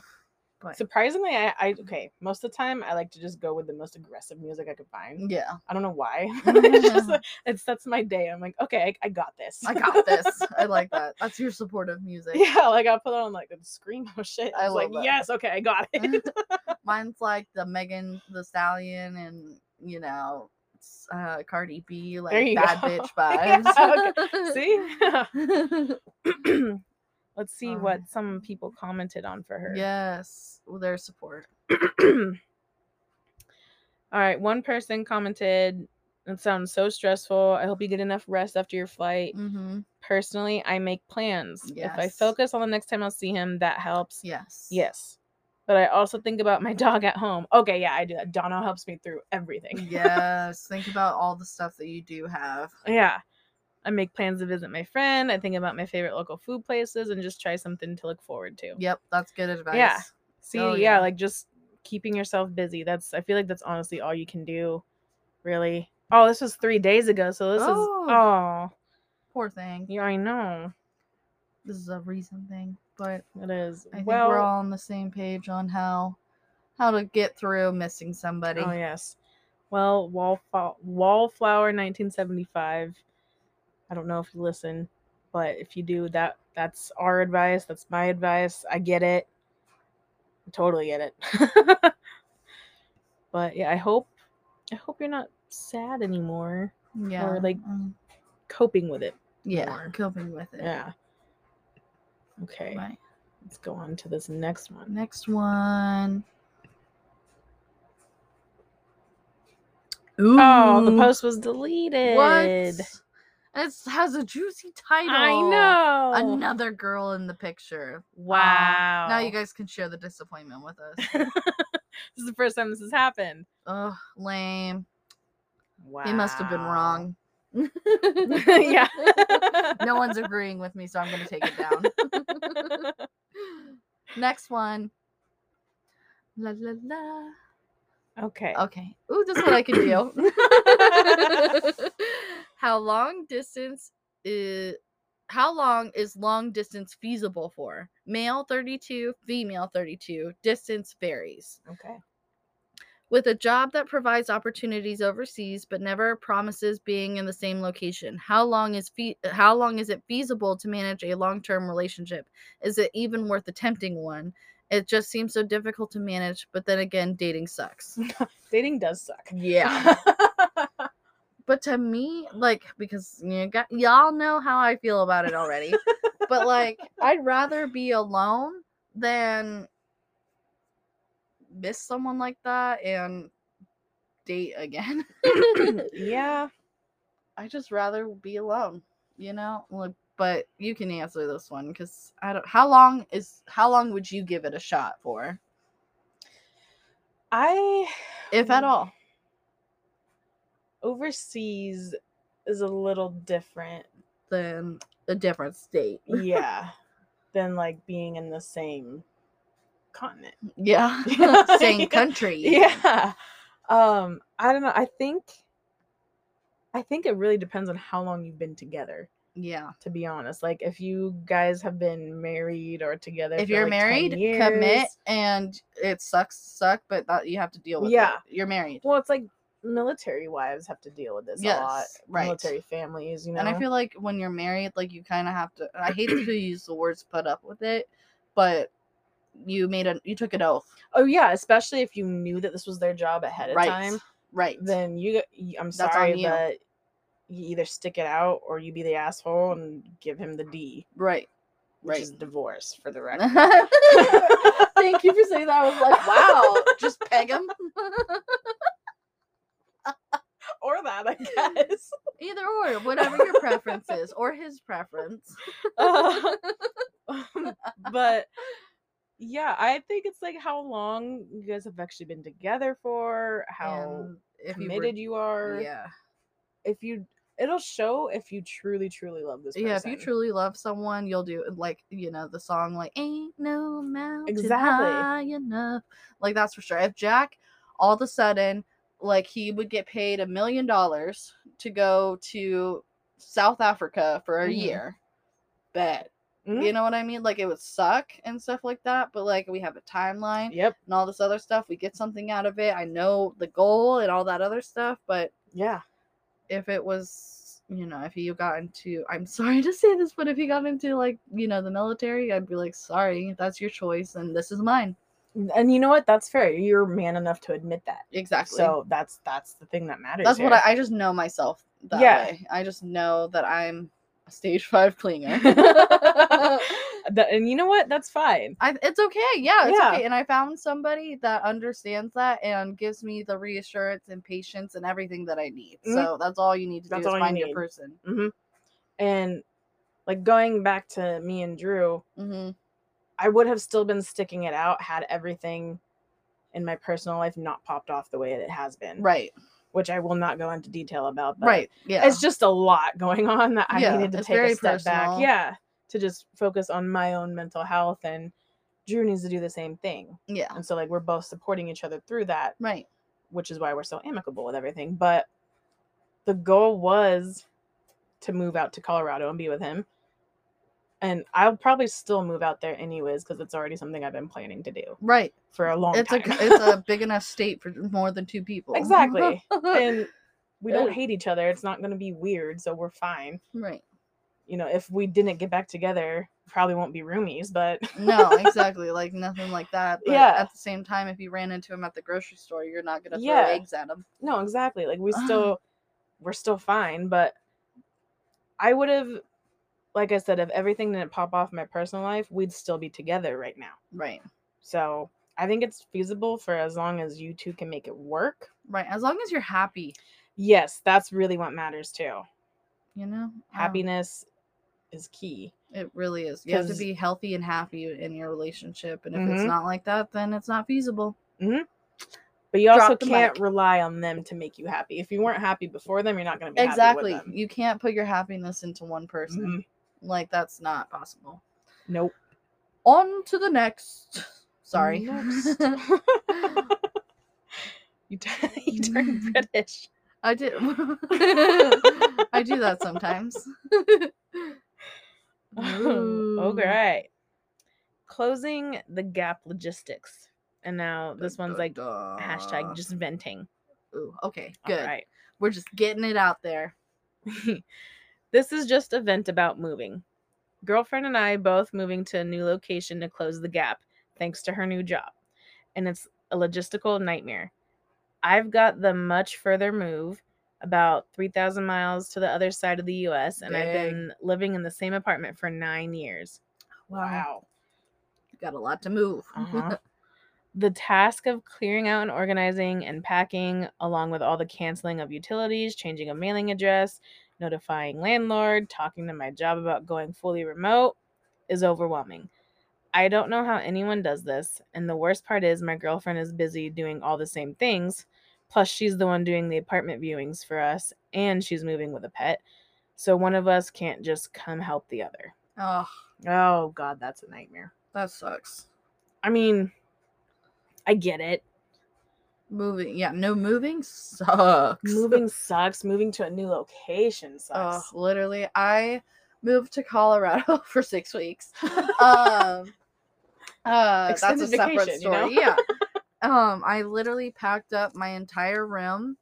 Speaker 2: But-
Speaker 1: Surprisingly, I, I okay. Most of the time, I like to just go with the most aggressive music I could find.
Speaker 2: yeah.
Speaker 1: I don't know why. it's just like- it sets my day. I'm like, okay, I, I got this.
Speaker 2: I got this. I like that. That's your supportive music.
Speaker 1: yeah, like I put on like a screamo shit.
Speaker 2: I
Speaker 1: I was like,
Speaker 2: love that.
Speaker 1: yes, okay, I got it.
Speaker 2: Mine's like the Megan the Stallion and you know s- uh Cardi B like
Speaker 1: you
Speaker 2: bad
Speaker 1: go.
Speaker 2: bitch
Speaker 1: Yeah,
Speaker 2: vibes.
Speaker 1: See,
Speaker 2: See? Mm.
Speaker 1: let's see
Speaker 2: Um,
Speaker 1: what some people commented on for her.
Speaker 2: yes. Well their support.
Speaker 1: All right, one person commented, "It sounds so stressful. I hope you get enough rest after your flight."
Speaker 2: Mm-hmm.
Speaker 1: Personally, I make plans. If I
Speaker 2: Yes.
Speaker 1: focus on the next time I'll see him, that helps.
Speaker 2: Yes.
Speaker 1: Yes. But I also think about my dog at home. Okay, yeah, I do that. Donna helps me through
Speaker 2: Mm.
Speaker 1: everything.
Speaker 2: yes. Think about all the stuff that you do have.
Speaker 1: Yeah. I make plans to visit my friend. I think about my favorite local food places and just try something to look forward to.
Speaker 2: Yep, that's good advice.
Speaker 1: See,
Speaker 2: Oh,
Speaker 1: yeah.
Speaker 2: yeah.
Speaker 1: like just keeping yourself busy. That's I feel like that's honestly all you can do, really. Oh, this was three days ago, so this
Speaker 2: Oh.
Speaker 1: is oh
Speaker 2: Poor thing.
Speaker 1: yeah, I know.
Speaker 2: This is a recent thing, but
Speaker 1: It is.
Speaker 2: I think
Speaker 1: well,
Speaker 2: we're all on the same page on how how to get through missing somebody.
Speaker 1: Oh yes. Well, wallflower, wallflower, 1975. I don't know if you listen, but if you do, that that's our advice. That's my advice. I get it. I totally get it. but yeah, I hope I hope you're not sad anymore.
Speaker 2: Yeah.
Speaker 1: Or, like,
Speaker 2: um,
Speaker 1: Coping with it.
Speaker 2: yeah,
Speaker 1: more.
Speaker 2: coping with it.
Speaker 1: Yeah. Okay.
Speaker 2: Right.
Speaker 1: Let's go on to this next one.
Speaker 2: Next one. Ooh.
Speaker 1: Oh, the post was deleted.
Speaker 2: What? It has a juicy title.
Speaker 1: I know.
Speaker 2: Another girl in the picture.
Speaker 1: Wow.
Speaker 2: Now you guys can share the disappointment with us.
Speaker 1: this is the first time this has happened.
Speaker 2: Ugh, lame.
Speaker 1: Wow.
Speaker 2: He must have been wrong.
Speaker 1: yeah.
Speaker 2: no one's agreeing with me, so I'm going to take it down. Next one. La la la.
Speaker 1: okay.
Speaker 2: Okay. Ooh, this is what I can do. how long distance is how long is long distance feasible for? Male 32, female 32. Distance varies
Speaker 1: Okay.
Speaker 2: with a job that provides opportunities overseas but never promises being in the same location how long is fe- how long is it feasible to manage a long-term relationship is it even worth attempting one it just seems so difficult to manage but then again dating sucks
Speaker 1: Dating does suck.
Speaker 2: yeah but to me like because you got, y'all know how i feel about it already but like i'd rather be alone than miss someone like that and date again
Speaker 1: yeah.
Speaker 2: I just rather be alone, you know? Like, but you can answer this one because I don't. How long is how long would you give it a shot for,
Speaker 1: I
Speaker 2: if at
Speaker 1: Mm.
Speaker 2: all?
Speaker 1: overseas is a little different.
Speaker 2: Then a different state.
Speaker 1: Yeah. than like being in the same continent.
Speaker 2: Yeah,
Speaker 1: Yeah.
Speaker 2: same country. even.
Speaker 1: Yeah. Um I don't know. I think I think it really depends on how long you've been together.
Speaker 2: yeah.
Speaker 1: to be honest. Like if you guys have been married or together,
Speaker 2: If
Speaker 1: for,
Speaker 2: you're
Speaker 1: like, 10
Speaker 2: married, commit,
Speaker 1: years-
Speaker 2: and it sucks, to suck, but that you have to deal with.
Speaker 1: Yeah.
Speaker 2: it. you're married,
Speaker 1: Well, it's like military wives have to deal with this a lot.
Speaker 2: Yes, right.
Speaker 1: Military families, you know.
Speaker 2: and I feel like when you're married, like you kind of have to. I hate to use the words "put up with it," but you made a you took an oath,
Speaker 1: oh yeah, especially if you knew that this was their job ahead of
Speaker 2: right?
Speaker 1: time,
Speaker 2: Right.
Speaker 1: then you. g- y- I'm
Speaker 2: on
Speaker 1: sorry,
Speaker 2: you.
Speaker 1: but you either stick it out or you be the asshole and give him the D.
Speaker 2: Right.
Speaker 1: which
Speaker 2: Right.
Speaker 1: is divorce for the record.
Speaker 2: Thank you for saying that. I was like, wow, just peg him.
Speaker 1: or that, I guess.
Speaker 2: Either or, whatever your preference is, or his preference.
Speaker 1: Uh, but yeah, I think it's like how long you guys have actually been together for, how
Speaker 2: And if you were-
Speaker 1: committed you, are.
Speaker 2: yeah,
Speaker 1: If you, it'll show if you truly, truly love this person.
Speaker 2: yeah. If you truly love someone, you'll do like you know the song like "Ain't No Mountain
Speaker 1: Exactly.
Speaker 2: High Enough." Like that's for sure. If Jack, all of a sudden, like he would get paid a million dollars to go to South Africa for a
Speaker 1: Mhm.
Speaker 2: year, bet.
Speaker 1: Mhm.
Speaker 2: You know what I mean? Like it would suck and stuff like that. But like we have a timeline
Speaker 1: Yep.
Speaker 2: and all this other stuff. We get something out of it. I know the goal and all that other stuff, but
Speaker 1: Yeah.
Speaker 2: if it was you know if he got into i'm sorry to say this but if he got into like you know the military i'd be like sorry that's your choice and this is mine
Speaker 1: And you know what? That's fair. You're man enough to admit that.
Speaker 2: exactly
Speaker 1: So that's that's the thing that matters.
Speaker 2: that's what
Speaker 1: here.
Speaker 2: I, I just know myself that
Speaker 1: Yeah.
Speaker 2: way i just know that i'm a stage five clinger
Speaker 1: That- and you know what? That's fine.
Speaker 2: I, it's okay yeah it's
Speaker 1: Yeah.
Speaker 2: okay and i found somebody that understands that and gives me the reassurance and patience and everything that i need
Speaker 1: Mhm.
Speaker 2: so that's all you need to
Speaker 1: That's
Speaker 2: do
Speaker 1: all
Speaker 2: is
Speaker 1: you
Speaker 2: find your
Speaker 1: need.
Speaker 2: person
Speaker 1: And like going back to me and Drew,
Speaker 2: hmm
Speaker 1: Mm-hmm. I would have still been sticking it out had everything in my personal life not popped off the way that it has been.
Speaker 2: right
Speaker 1: Which I will not go into detail about. But
Speaker 2: right yeah
Speaker 1: It's just a lot going on that I
Speaker 2: Yeah,
Speaker 1: needed to
Speaker 2: it's
Speaker 1: take a
Speaker 2: very
Speaker 1: step back.
Speaker 2: personal.
Speaker 1: Yeah. To just focus on my own mental health and Drew needs to do the same thing.
Speaker 2: yeah
Speaker 1: And so like we're both supporting each other through that.
Speaker 2: right
Speaker 1: which is why we're so amicable with everything. But the goal was to move out to Colorado and be with him. And I'll probably still move out there anyways because it's already something I've been planning to do
Speaker 2: right
Speaker 1: for a long
Speaker 2: it's
Speaker 1: time.
Speaker 2: a c- it's a big enough state for more than two people.
Speaker 1: Exactly. and we don't
Speaker 2: Ugh.
Speaker 1: hate each other. It's not going to be weird, so we're fine.
Speaker 2: right.
Speaker 1: You know, if we didn't get back together, probably won't be roomies, but
Speaker 2: No, exactly. Like nothing like that. But
Speaker 1: Yeah.
Speaker 2: at the same time, if you ran into him at the grocery store, you're not gonna throw
Speaker 1: Yeah.
Speaker 2: eggs at him.
Speaker 1: no, exactly. Like we still we're still fine, but I would have like I said, if everything didn't pop off in my personal life, we'd still be together right now.
Speaker 2: Right.
Speaker 1: So I think it's feasible for as long as you two can make it work.
Speaker 2: Right. As long as you're happy,
Speaker 1: Yes, that's really what matters too.
Speaker 2: you know. Um,
Speaker 1: Happiness is key.
Speaker 2: it really is. You have to
Speaker 1: 'cause-
Speaker 2: be healthy and happy in your relationship, and if it's
Speaker 1: Mhm.
Speaker 2: not like that, then it's not feasible.
Speaker 1: But you also
Speaker 2: Drop the mic.
Speaker 1: can't rely on them to make you happy. If you weren't happy before them, you're not going to be
Speaker 2: exactly.
Speaker 1: happy with them.
Speaker 2: You can't put your happiness into one person.
Speaker 1: Mhm.
Speaker 2: Like that's not possible.
Speaker 1: Nope.
Speaker 2: On to the next. Sorry.
Speaker 1: Next. you, turn, you turn British.
Speaker 2: I do. I do that sometimes. Ooh.
Speaker 1: okay. Closing the gap logistics. And now this
Speaker 2: Dun,
Speaker 1: one's
Speaker 2: dun,
Speaker 1: like hashtag
Speaker 2: dun.
Speaker 1: just venting.
Speaker 2: Ooh, okay, good.
Speaker 1: All
Speaker 2: We're just getting it out there.
Speaker 1: right. this is just a vent about moving. Girlfriend and I both moving to a new location to close the gap thanks to her new job. And it's a logistical nightmare. I've got the much further move, about 3,000 miles to the other side of the US, and I've
Speaker 2: Dang.
Speaker 1: been living in the same apartment for nine years.
Speaker 2: you got a lot to move.
Speaker 1: Uh-huh. the task of clearing out and organizing and packing, along with all the canceling of utilities, changing a mailing address, notifying landlord, talking to my job about going fully remote, is overwhelming. I don't know how anyone does this, and the worst part is my girlfriend is busy doing all the same things. Plus, she's the one doing the apartment viewings for us, and she's moving with a pet. So, one of us can't just come help the other.
Speaker 2: oh,
Speaker 1: Oh, God, that's a nightmare.
Speaker 2: that sucks.
Speaker 1: I mean, I get it.
Speaker 2: Moving, yeah, no moving sucks.
Speaker 1: Moving sucks. Moving to a new location
Speaker 2: Oh,
Speaker 1: sucks.
Speaker 2: literally, I moved to Colorado for six weeks. um uh that's a
Speaker 1: Extended
Speaker 2: separate
Speaker 1: vacation, you know?
Speaker 2: story yeah um i literally packed up my entire room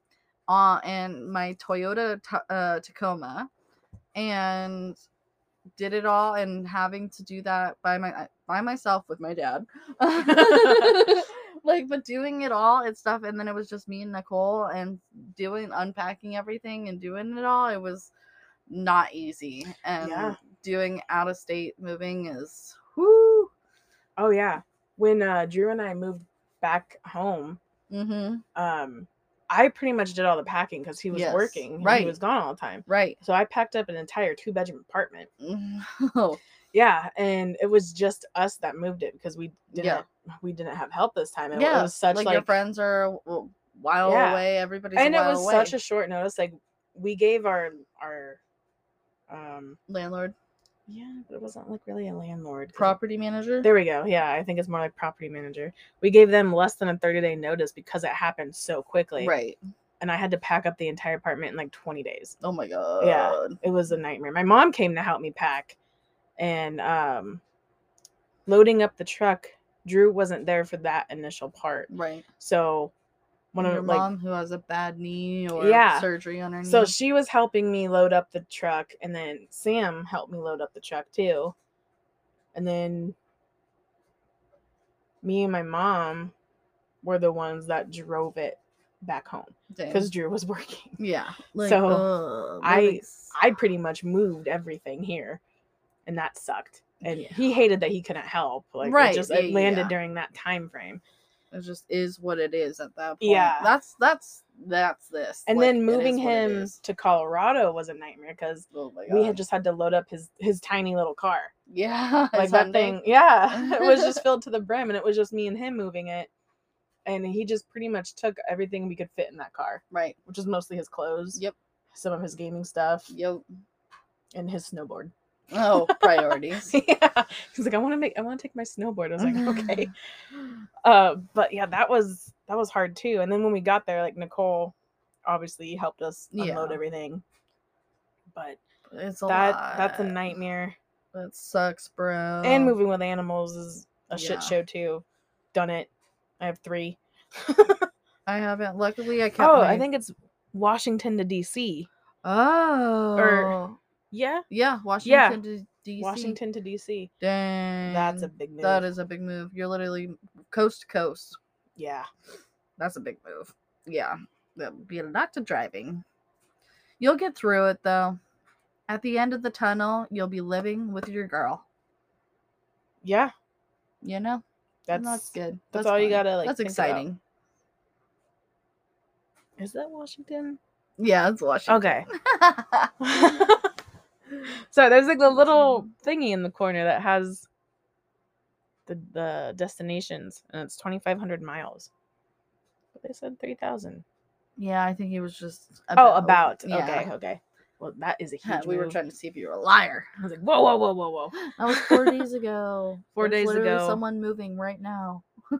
Speaker 2: uh and my toyota Ta- uh, tacoma and did it all and having to do that by my by myself with my dad like but doing it all and stuff and then it was just me and nicole and doing unpacking everything and doing it all it was not easy. And
Speaker 1: Yeah.
Speaker 2: doing out of state moving is whoo.
Speaker 1: Oh yeah. When uh, Drew and I moved back home,
Speaker 2: Mm-hmm.
Speaker 1: um, I pretty much did all the packing because he was
Speaker 2: Yes,
Speaker 1: working. and
Speaker 2: right.
Speaker 1: He was gone all the time.
Speaker 2: Right.
Speaker 1: So I packed up an entire two bedroom apartment.
Speaker 2: Oh,
Speaker 1: Yeah, and it was just us that moved it because we didn't
Speaker 2: Yeah.
Speaker 1: we didn't have help this time. And
Speaker 2: yeah.
Speaker 1: it was such
Speaker 2: like,
Speaker 1: like,
Speaker 2: your friends are a w- while
Speaker 1: Yeah.
Speaker 2: away. Everybody's
Speaker 1: and
Speaker 2: a
Speaker 1: it
Speaker 2: while
Speaker 1: was
Speaker 2: away.
Speaker 1: such a short notice. Like we gave our our um
Speaker 2: landlord,
Speaker 1: yeah, but it wasn't like really a landlord. 'cause-
Speaker 2: property manager.
Speaker 1: There we go. Yeah, I think it's more like property manager. We gave them less than a 30 day notice because it happened so quickly.
Speaker 2: Right.
Speaker 1: And I had to pack up the entire apartment in like 20 days.
Speaker 2: Oh my god.
Speaker 1: It was a nightmare. My mom came to help me pack and um loading up the truck, Drew wasn't there for that initial part.
Speaker 2: Right.
Speaker 1: So one
Speaker 2: And
Speaker 1: of
Speaker 2: your
Speaker 1: like
Speaker 2: mom who has a bad knee or
Speaker 1: Yeah.
Speaker 2: surgery on her knee.
Speaker 1: so she was helping me load up the truck and then Sam helped me load up the truck too. And then me and my mom were the ones that drove it back home
Speaker 2: Dang.
Speaker 1: because Drew was working.
Speaker 2: yeah. uh,
Speaker 1: so,
Speaker 2: ugh,
Speaker 1: I-
Speaker 2: living's-
Speaker 1: I pretty much moved everything here and that sucked. And
Speaker 2: Yeah.
Speaker 1: he hated that he couldn't help. Like
Speaker 2: Right,
Speaker 1: it just
Speaker 2: yeah,
Speaker 1: it
Speaker 2: yeah,
Speaker 1: landed
Speaker 2: yeah.
Speaker 1: during that time frame.
Speaker 2: it just is what it is at that point.
Speaker 1: Yeah.
Speaker 2: That's that's that's this.
Speaker 1: And
Speaker 2: Like, it
Speaker 1: then moving
Speaker 2: is what it
Speaker 1: him
Speaker 2: is.
Speaker 1: to Colorado was a nightmare because
Speaker 2: Oh my
Speaker 1: we had
Speaker 2: God.
Speaker 1: just had to load up his his tiny little car.
Speaker 2: yeah
Speaker 1: like
Speaker 2: his
Speaker 1: that
Speaker 2: Hyundai.
Speaker 1: thing yeah it was just filled to the brim and it was just me and him moving it and he just pretty much took everything we could fit in that car
Speaker 2: Right.
Speaker 1: which is mostly his clothes
Speaker 2: Yep.
Speaker 1: some of his gaming stuff
Speaker 2: Yo.
Speaker 1: and his snowboard
Speaker 2: Oh, priorities.
Speaker 1: yeah he's like i want to make i want to take my snowboard i was like okay uh but yeah that was that was hard too and then when we got there like nicole obviously helped us unload
Speaker 2: Yeah.
Speaker 1: everything but
Speaker 2: It's a
Speaker 1: that
Speaker 2: lot.
Speaker 1: that's a nightmare
Speaker 2: That sucks, bro.
Speaker 1: and moving with animals is a
Speaker 2: Um, yeah.
Speaker 1: shit show too. Done it. I have three.
Speaker 2: I haven't. Luckily, I kept.
Speaker 1: Oh,
Speaker 2: my-
Speaker 1: I think it's Washington to D.C.
Speaker 2: Oh.
Speaker 1: Yeah,
Speaker 2: yeah,
Speaker 1: yeah,
Speaker 2: Washington D- D.C.
Speaker 1: Washington to D.C.
Speaker 2: Dang.
Speaker 1: That's a big move.
Speaker 2: That is a big move. You're literally coast to coast.
Speaker 1: Yeah,
Speaker 2: That's a big move. Yeah. That'll be a lot of driving. You'll get through it though. At the end of the tunnel, you'll be living with your girl.
Speaker 1: yeah.
Speaker 2: You know?
Speaker 1: That's,
Speaker 2: And that's good.
Speaker 1: that's all you gotta, like,
Speaker 2: That's
Speaker 1: think about.
Speaker 2: exciting.
Speaker 1: Is that Washington?
Speaker 2: Yeah, it's Washington.
Speaker 1: Okay. so there's like the little thingy in the corner that has the the destinations, and it's 2,500 miles. But they said 3,000.
Speaker 2: yeah, I think he was just
Speaker 1: Oh, about.
Speaker 2: yeah.
Speaker 1: Okay, okay. Well, that is a huge.
Speaker 2: Huh, we were
Speaker 1: move.
Speaker 2: trying to see if you were a liar.
Speaker 1: I was like, whoa, whoa, whoa, whoa, whoa.
Speaker 2: That was four days ago.
Speaker 1: Four
Speaker 2: There's
Speaker 1: days
Speaker 2: literally
Speaker 1: ago.
Speaker 2: Someone moving right now.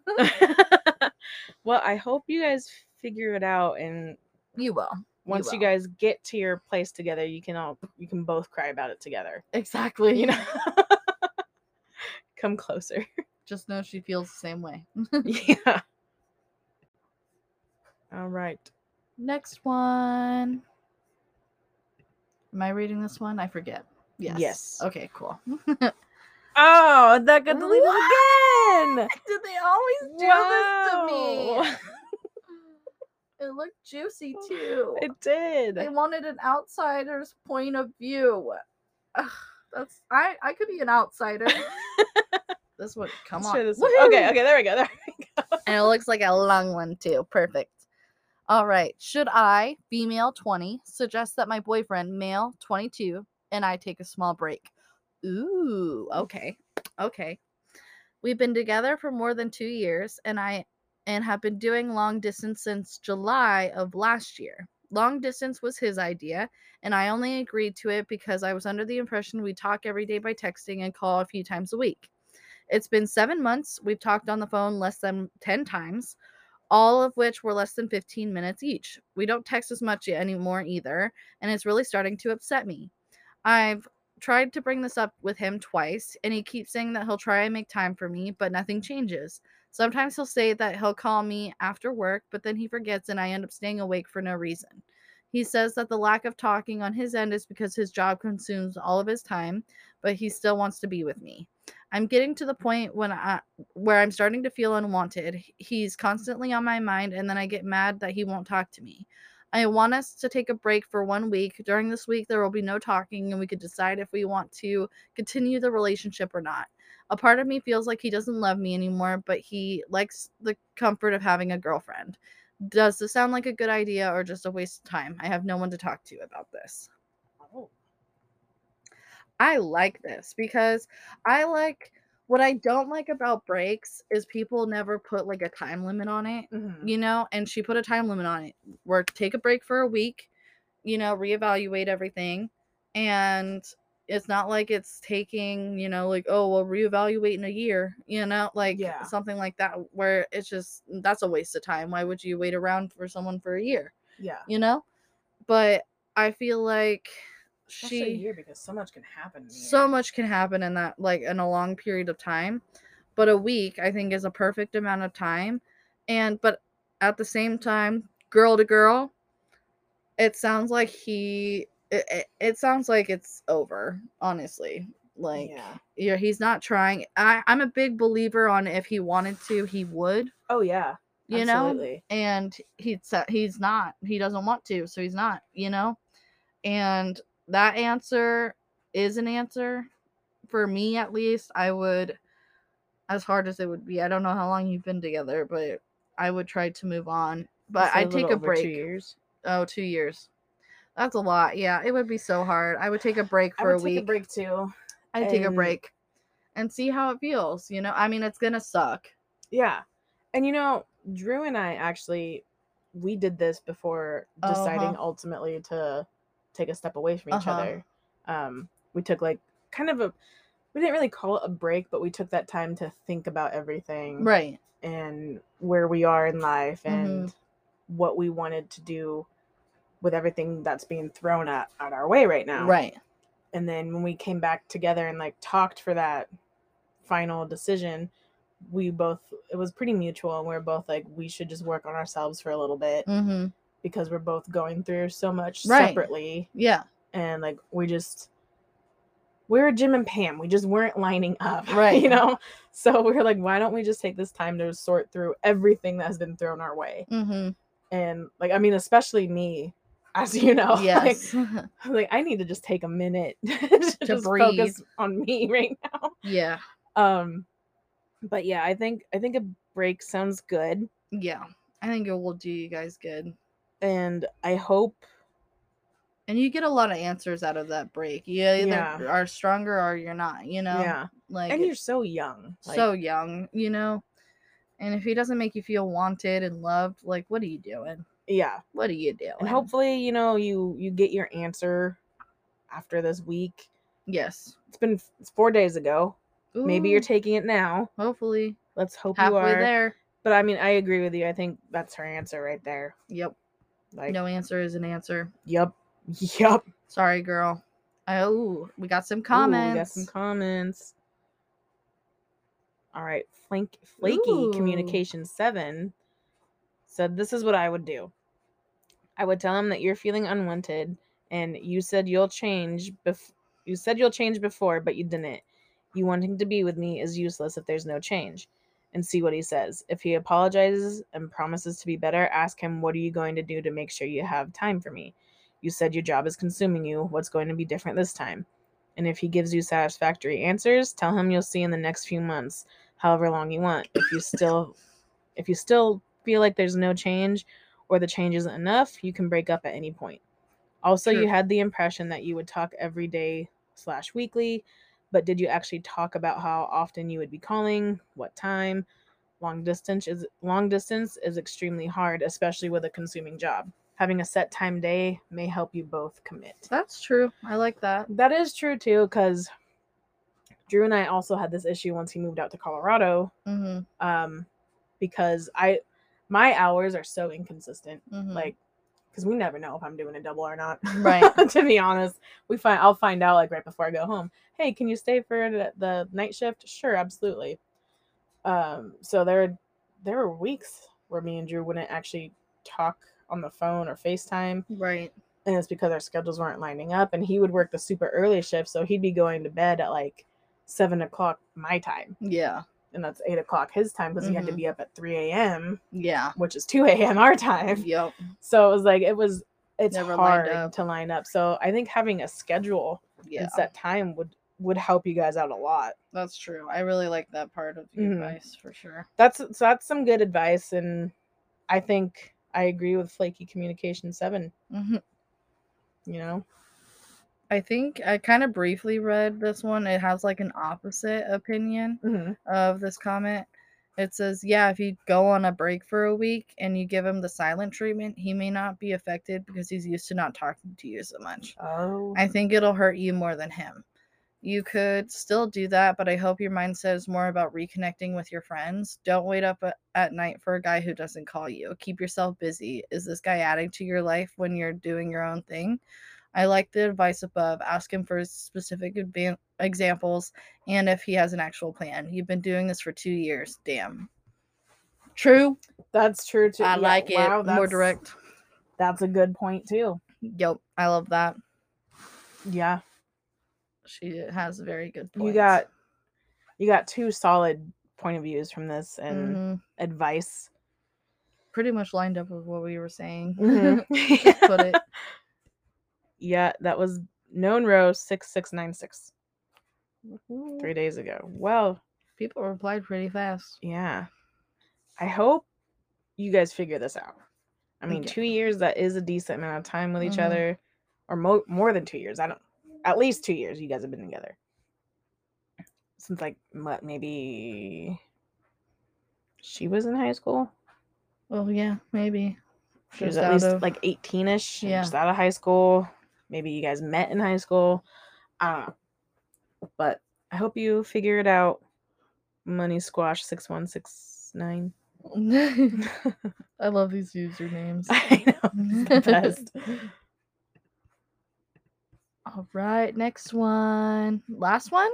Speaker 1: well, I hope you guys figure it out and
Speaker 2: You will.
Speaker 1: once you
Speaker 2: will.
Speaker 1: guys get to your place together, you can all you can both cry about it together.
Speaker 2: Exactly.
Speaker 1: You know. Come closer.
Speaker 2: Just know she feels the same way.
Speaker 1: yeah. All right.
Speaker 2: Next one. Am I reading this one? I forget. Yes.
Speaker 1: Yes.
Speaker 2: Okay, cool.
Speaker 1: Oh, that got
Speaker 2: deleted
Speaker 1: again.
Speaker 2: Did they always It looked juicy too.
Speaker 1: It did.
Speaker 2: they wanted an outsider's point of view. Ugh, that's I I could be an outsider. this one, come
Speaker 1: Let's
Speaker 2: on.
Speaker 1: try this one. Okay,
Speaker 2: Woohoo!
Speaker 1: okay, there we go. There we go.
Speaker 2: And it looks like a long one too. Perfect. All right. Should I, female 20, suggest that my boyfriend, male 22, and I take a small break? Ooh, okay. Okay. We've been together for more than 2 years and I and have been doing long distance since July of last year. Long distance was his idea, and I only agreed to it because I was under the impression we talk every day by texting and call a few times a week. It's been seven months. We've talked on the phone less than 10 times, all of which were less than 15 minutes each. We don't text as much anymore either, and it's really starting to upset me. I've tried to bring this up with him twice, and he keeps saying that he'll try and make time for me, but nothing changes. Sometimes he'll say that he'll call me after work, but then he forgets and I end up staying awake for no reason. He says that the lack of talking on his end is because his job consumes all of his time, but he still wants to be with me. I'm getting to the point when I where I'm starting to feel unwanted. H- He's constantly on my mind and then I get mad that he won't talk to me. I want us to take a break for one week. During this week, there will be no talking, and we could decide if we want to continue the relationship or not. A part of me feels like he doesn't love me anymore, but he likes the comfort of having a girlfriend. Does this sound like a good idea or just a waste of time? I have no one to talk to about this.
Speaker 1: Oh.
Speaker 2: I like this because I like what I don't like about breaks is people never put like a time limit on it,
Speaker 1: Mhm.
Speaker 2: you know, and she put a time limit on it. Where take a break for a week, you know, reevaluate everything. And it's not like it's taking, you know, like, oh, we'll reevaluate in a year, you know, like
Speaker 1: Yeah.
Speaker 2: something like that, where it's just that's a waste of time. Why would you wait around for someone for a year,
Speaker 1: Yeah.
Speaker 2: you know? But I feel like
Speaker 1: Especially a
Speaker 2: she
Speaker 1: year because so much can happen. in a
Speaker 2: so
Speaker 1: year.
Speaker 2: much can happen in that like in a long period of time but a week i think is a perfect amount of time and but at the same time girl to girl it sounds like he it, it, it sounds like it's over honestly like
Speaker 1: Yeah.
Speaker 2: yeah he's not trying i i'm a big believer on if he wanted to he would
Speaker 1: Oh yeah.
Speaker 2: you know
Speaker 1: absolutely.
Speaker 2: and he said he's not he doesn't want to so he's not you know and that answer is an answer for me at least i would as hard as it would be i don't know how long you've been together but i would try to move on but
Speaker 1: It's
Speaker 2: i'd take
Speaker 1: little
Speaker 2: a
Speaker 1: over
Speaker 2: break
Speaker 1: Two years.
Speaker 2: oh two years that's a lot yeah it would be so hard i would take a break
Speaker 1: I
Speaker 2: for
Speaker 1: would take
Speaker 2: a week
Speaker 1: a break too.
Speaker 2: i'd take a
Speaker 1: and-
Speaker 2: break and see how it feels you know i mean it's gonna suck
Speaker 1: Yeah. And you know, Drew and I actually we did this before deciding
Speaker 2: Uh-huh.
Speaker 1: ultimately to take a step away from each
Speaker 2: Uh-huh.
Speaker 1: other. Um we took like kind of a we didn't really call it a break, but we took that time to think about everything
Speaker 2: right
Speaker 1: and where we are in life
Speaker 2: Mhm.
Speaker 1: and what we wanted to do with everything that's being thrown at, at our way right now.
Speaker 2: right
Speaker 1: and then when we came back together and like talked for that final decision we both it was pretty mutual and we are both like we should just work on ourselves for a little bit
Speaker 2: mm-hmm
Speaker 1: because we're both going through so much
Speaker 2: Right.
Speaker 1: separately
Speaker 2: yeah
Speaker 1: and like we just we were Jim and Pam. We just weren't lining up,
Speaker 2: Right.
Speaker 1: You know, so we were like, why don't we just take this time to sort through everything that has been thrown our way?
Speaker 2: mm-hmm
Speaker 1: And like, I mean, especially me, as you know, like,
Speaker 2: yes
Speaker 1: I'm like I need to just take a minute to, just
Speaker 2: breathe.
Speaker 1: focus on me right now.
Speaker 2: yeah
Speaker 1: Um but yeah, I think I think a break sounds good
Speaker 2: yeah i think it will do you guys good
Speaker 1: and I hope
Speaker 2: and you get a lot of answers out of that break you either
Speaker 1: Yeah.
Speaker 2: are stronger or you're not you know
Speaker 1: yeah.
Speaker 2: like
Speaker 1: And you're
Speaker 2: it's
Speaker 1: so young. like,
Speaker 2: so young you know and if he doesn't make you feel wanted and loved like what are you doing
Speaker 1: yeah.
Speaker 2: what are you doing
Speaker 1: And hopefully, you know, you you get your answer after this week.
Speaker 2: yes
Speaker 1: It's been f- it's 4 days ago. Maybe you're
Speaker 2: Ooh,
Speaker 1: taking it now.
Speaker 2: hopefully
Speaker 1: Let's hope you
Speaker 2: halfway
Speaker 1: are.
Speaker 2: there
Speaker 1: But I mean, I agree with you. I think that's her answer right there.
Speaker 2: yep
Speaker 1: Like,
Speaker 2: no answer is an answer
Speaker 1: yep. Yep.
Speaker 2: sorry girl oh we got some
Speaker 1: Ooh,
Speaker 2: comments
Speaker 1: we got some comments. All right, Flank Flaky
Speaker 2: Ooh.
Speaker 1: Communication Seven said, "This is what I would do. I would tell him that you're feeling unwanted, and you said you'll change. Bef- you said you'll change before, but you didn't. You wanting to be with me is useless if there's no change." And see what he says. If he apologizes and promises to be better, ask him, What are you going to do to make sure you have time for me? You said your job is consuming you. What's going to be different this time? And if he gives you satisfactory answers, tell him you'll see in the next few months, however long you want. If you still if you still feel like there's no change or the change isn't enough, you can break up at any point. Also,
Speaker 2: True.
Speaker 1: you had the impression that you would talk every day slash weekly, but did you actually talk about how often you would be calling, what time? Long distance is long distance is extremely hard, especially with a consuming job. Having a set time day may help you both commit.
Speaker 2: that's true i like that
Speaker 1: That is true too, because Drew and I also had this issue once he moved out to Colorado,
Speaker 2: mm-hmm,
Speaker 1: um, because I my hours are so inconsistent,
Speaker 2: mm-hmm.
Speaker 1: like because we never know if I'm doing a double or not.
Speaker 2: Right.
Speaker 1: to be honest, we find I'll find out like right before I go home. Hey, can you stay for the, the night shift? Sure, absolutely. Um, so there there were weeks where me and Drew wouldn't actually talk on the phone or FaceTime
Speaker 2: right
Speaker 1: and it's because our schedules weren't lining up and he would work the super early shift so he'd be going to bed at like seven o'clock my time
Speaker 2: yeah
Speaker 1: and that's eight o'clock his time because he had to
Speaker 2: Mhm.
Speaker 1: be up at 3 a.m
Speaker 2: Yeah.
Speaker 1: which is 2 a.m our time
Speaker 2: Yep.
Speaker 1: so it was like it was it's
Speaker 2: Never lined
Speaker 1: hard
Speaker 2: up.
Speaker 1: to line up so i think having a schedule
Speaker 2: Yeah.
Speaker 1: and set time would would help you guys out a lot
Speaker 2: That's true. I really like that part of the
Speaker 1: Mhm.
Speaker 2: advice for sure.
Speaker 1: that's so that's some good advice and i think i agree with flaky communication 7
Speaker 2: hmm
Speaker 1: you know
Speaker 2: I think I kind of briefly read this one. It has like an opposite opinion
Speaker 1: mm-hmm.
Speaker 2: of this comment. It says, yeah, if you go on a break for a week and you give him the silent treatment, he may not be affected because he's used to not talking to you so much.
Speaker 1: oh
Speaker 2: I think it'll hurt you more than him. You could still do that, but I hope your mindset is more about reconnecting with your friends. Don't wait up a- at night for a guy who doesn't call you. Keep yourself busy. Is this guy adding to your life when you're doing your own thing? I like the advice above. Ask him for specific advan examples and if he has an actual plan. You've been doing this for two years. Damn. True.
Speaker 1: that's true too
Speaker 2: I
Speaker 1: Yeah,
Speaker 2: like
Speaker 1: wow,
Speaker 2: it. More
Speaker 1: that's-
Speaker 2: direct.
Speaker 1: that's a good point too
Speaker 2: Yep. I love that.
Speaker 1: yeah
Speaker 2: She has very good
Speaker 1: You
Speaker 2: points.
Speaker 1: got- you got two solid point of views from this and
Speaker 2: Mhm.
Speaker 1: advice
Speaker 2: pretty much lined up with what we were saying.
Speaker 1: Mhm.
Speaker 2: Put it.
Speaker 1: yeah that was known row 6696 three days ago well
Speaker 2: People replied pretty fast.
Speaker 1: Yeah. I hope you guys figure this out. I mean,
Speaker 2: Yeah.
Speaker 1: two years, that is a decent amount of time with each
Speaker 2: Mhm.
Speaker 1: other, or mo- more than two years. I don't, at least two years, you guys have been together. Since like, what, maybe she was in high school?
Speaker 2: Well, yeah, maybe.
Speaker 1: She was
Speaker 2: Just
Speaker 1: at
Speaker 2: out
Speaker 1: least
Speaker 2: of-
Speaker 1: like 18 ish,
Speaker 2: Yeah.
Speaker 1: just out of high school. Maybe you guys met in high school. I don't know. But I hope you figure it out. Money Squash 6169.
Speaker 2: I love these usernames.
Speaker 1: I know. It's the best.
Speaker 2: All right, next one. Last one?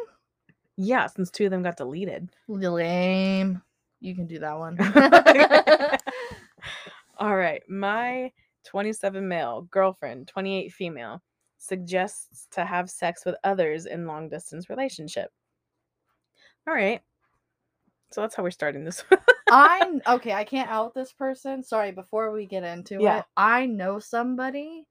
Speaker 1: Yeah, since two of them got deleted.
Speaker 2: Lame. You can do that one.
Speaker 1: All right. My 27 male girlfriend, 28 female, suggests to have sex with others in long distance relationship. All right. So that's how we're starting this.
Speaker 2: I okay, I can't out this person. Sorry, before we get into
Speaker 1: Yeah.
Speaker 2: it, I know somebody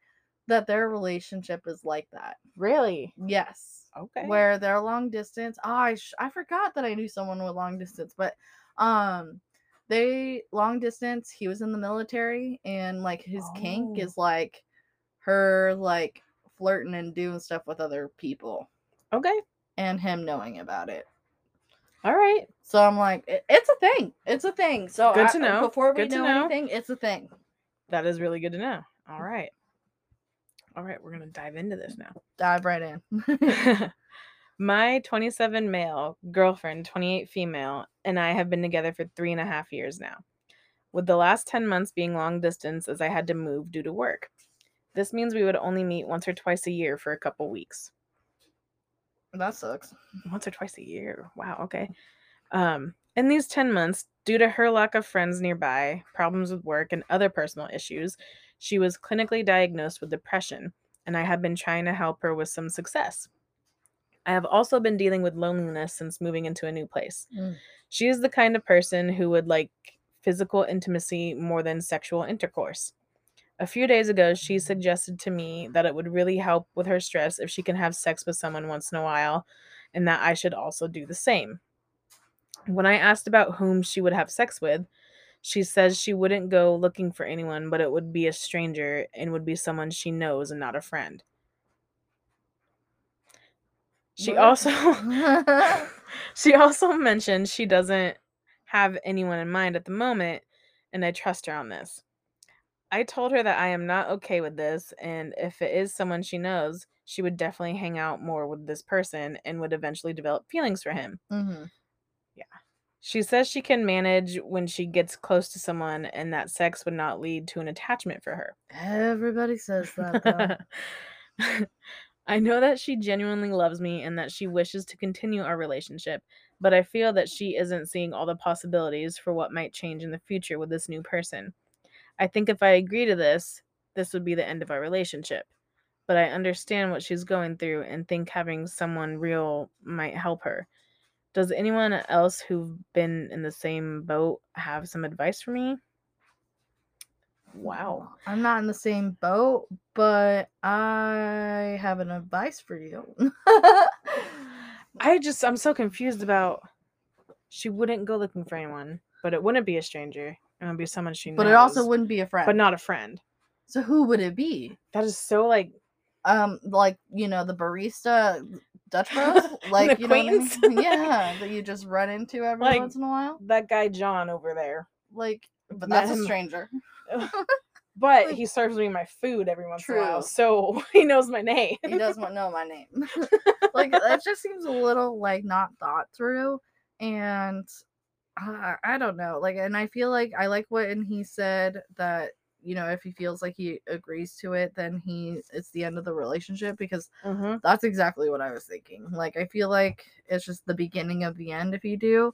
Speaker 2: that their relationship is like that.
Speaker 1: really?
Speaker 2: Yes.
Speaker 1: Okay.
Speaker 2: where they're long distance. Oh, I sh- I forgot that I knew someone with long distance, but um, they long distance. He was in the military, and like his kink
Speaker 1: Oh.
Speaker 2: is like her like flirting and doing stuff with other people,
Speaker 1: okay.
Speaker 2: and him knowing about it.
Speaker 1: All right.
Speaker 2: So I'm like, "It- it's a thing. It's a thing. So
Speaker 1: Good
Speaker 2: I- uh,
Speaker 1: to know.
Speaker 2: Before we
Speaker 1: Good to
Speaker 2: know,
Speaker 1: know.
Speaker 2: anything, it's a thing.
Speaker 1: That is really good to know. All right. All right. We're going to dive into this now.
Speaker 2: Dive right in.
Speaker 1: My 27 male girlfriend, 28 female, and I have been together for three and a half years now, with the last 10 months being long distance as I had to move due to work. This means we would only meet once or twice a year for a couple weeks.
Speaker 2: that sucks.
Speaker 1: Once or twice a year. Wow. Okay. Um, in these 10 months, due to her lack of friends nearby, problems with work, and other personal issues, she was clinically diagnosed with depression, and I have been trying to help her with some success. I have also been dealing with loneliness since moving into a new place.
Speaker 2: Mm.
Speaker 1: She is the kind of person who would like physical intimacy more than sexual intercourse. A few days ago, she suggested to me that it would really help with her stress if she can have sex with someone once in a while, and that I should also do the same. When I asked about whom she would have sex with, she says she wouldn't go looking for anyone, but it would be a stranger and would be someone she knows and not a friend. She
Speaker 2: What?
Speaker 1: also she also mentioned she doesn't have anyone in mind at the moment, and I trust her on this. I told her that I am not okay with this, and if it is someone she knows, she would definitely hang out more with this person and would eventually develop feelings for him.
Speaker 2: Mhm.
Speaker 1: She says she can manage when she gets close to someone and that sex would not lead to an attachment for her.
Speaker 2: Everybody says that. Though.
Speaker 1: I know that she genuinely loves me and that she wishes to continue our relationship, but I feel that she isn't seeing all the possibilities for what might change in the future with this new person. I think if I agree to this, this would be the end of our relationship. But I understand what she's going through and think having someone real might help her. Does anyone else who've been in the same boat have some advice for me? Wow.
Speaker 2: I'm not in the same boat, but I have an advice for you.
Speaker 1: I just I'm so confused about she wouldn't go looking for anyone, but it wouldn't be a stranger. It would be someone she knows.
Speaker 2: but it also wouldn't be a friend.
Speaker 1: but not a friend.
Speaker 2: So who would it be?
Speaker 1: That is so like
Speaker 2: Um, like you know the barista Dutch bros, like you know, what I mean?
Speaker 1: acquaintance.
Speaker 2: yeah, that you just run into every
Speaker 1: Like-
Speaker 2: once in a while.
Speaker 1: that guy John over there.
Speaker 2: Like, but
Speaker 1: Met
Speaker 2: that's a
Speaker 1: him-
Speaker 2: stranger.
Speaker 1: But he serves me my food every once in a while,
Speaker 2: True.
Speaker 1: so he knows my name.
Speaker 2: He doesn't know my name. like that just seems a little like not thought through, and uh, I don't know. Like, and I feel like I like what and he said that you know if he feels like he agrees to it, then he it's the end of the relationship because
Speaker 1: Mhm.
Speaker 2: that's exactly what I was thinking. Like I feel like it's just the beginning of the end if you do.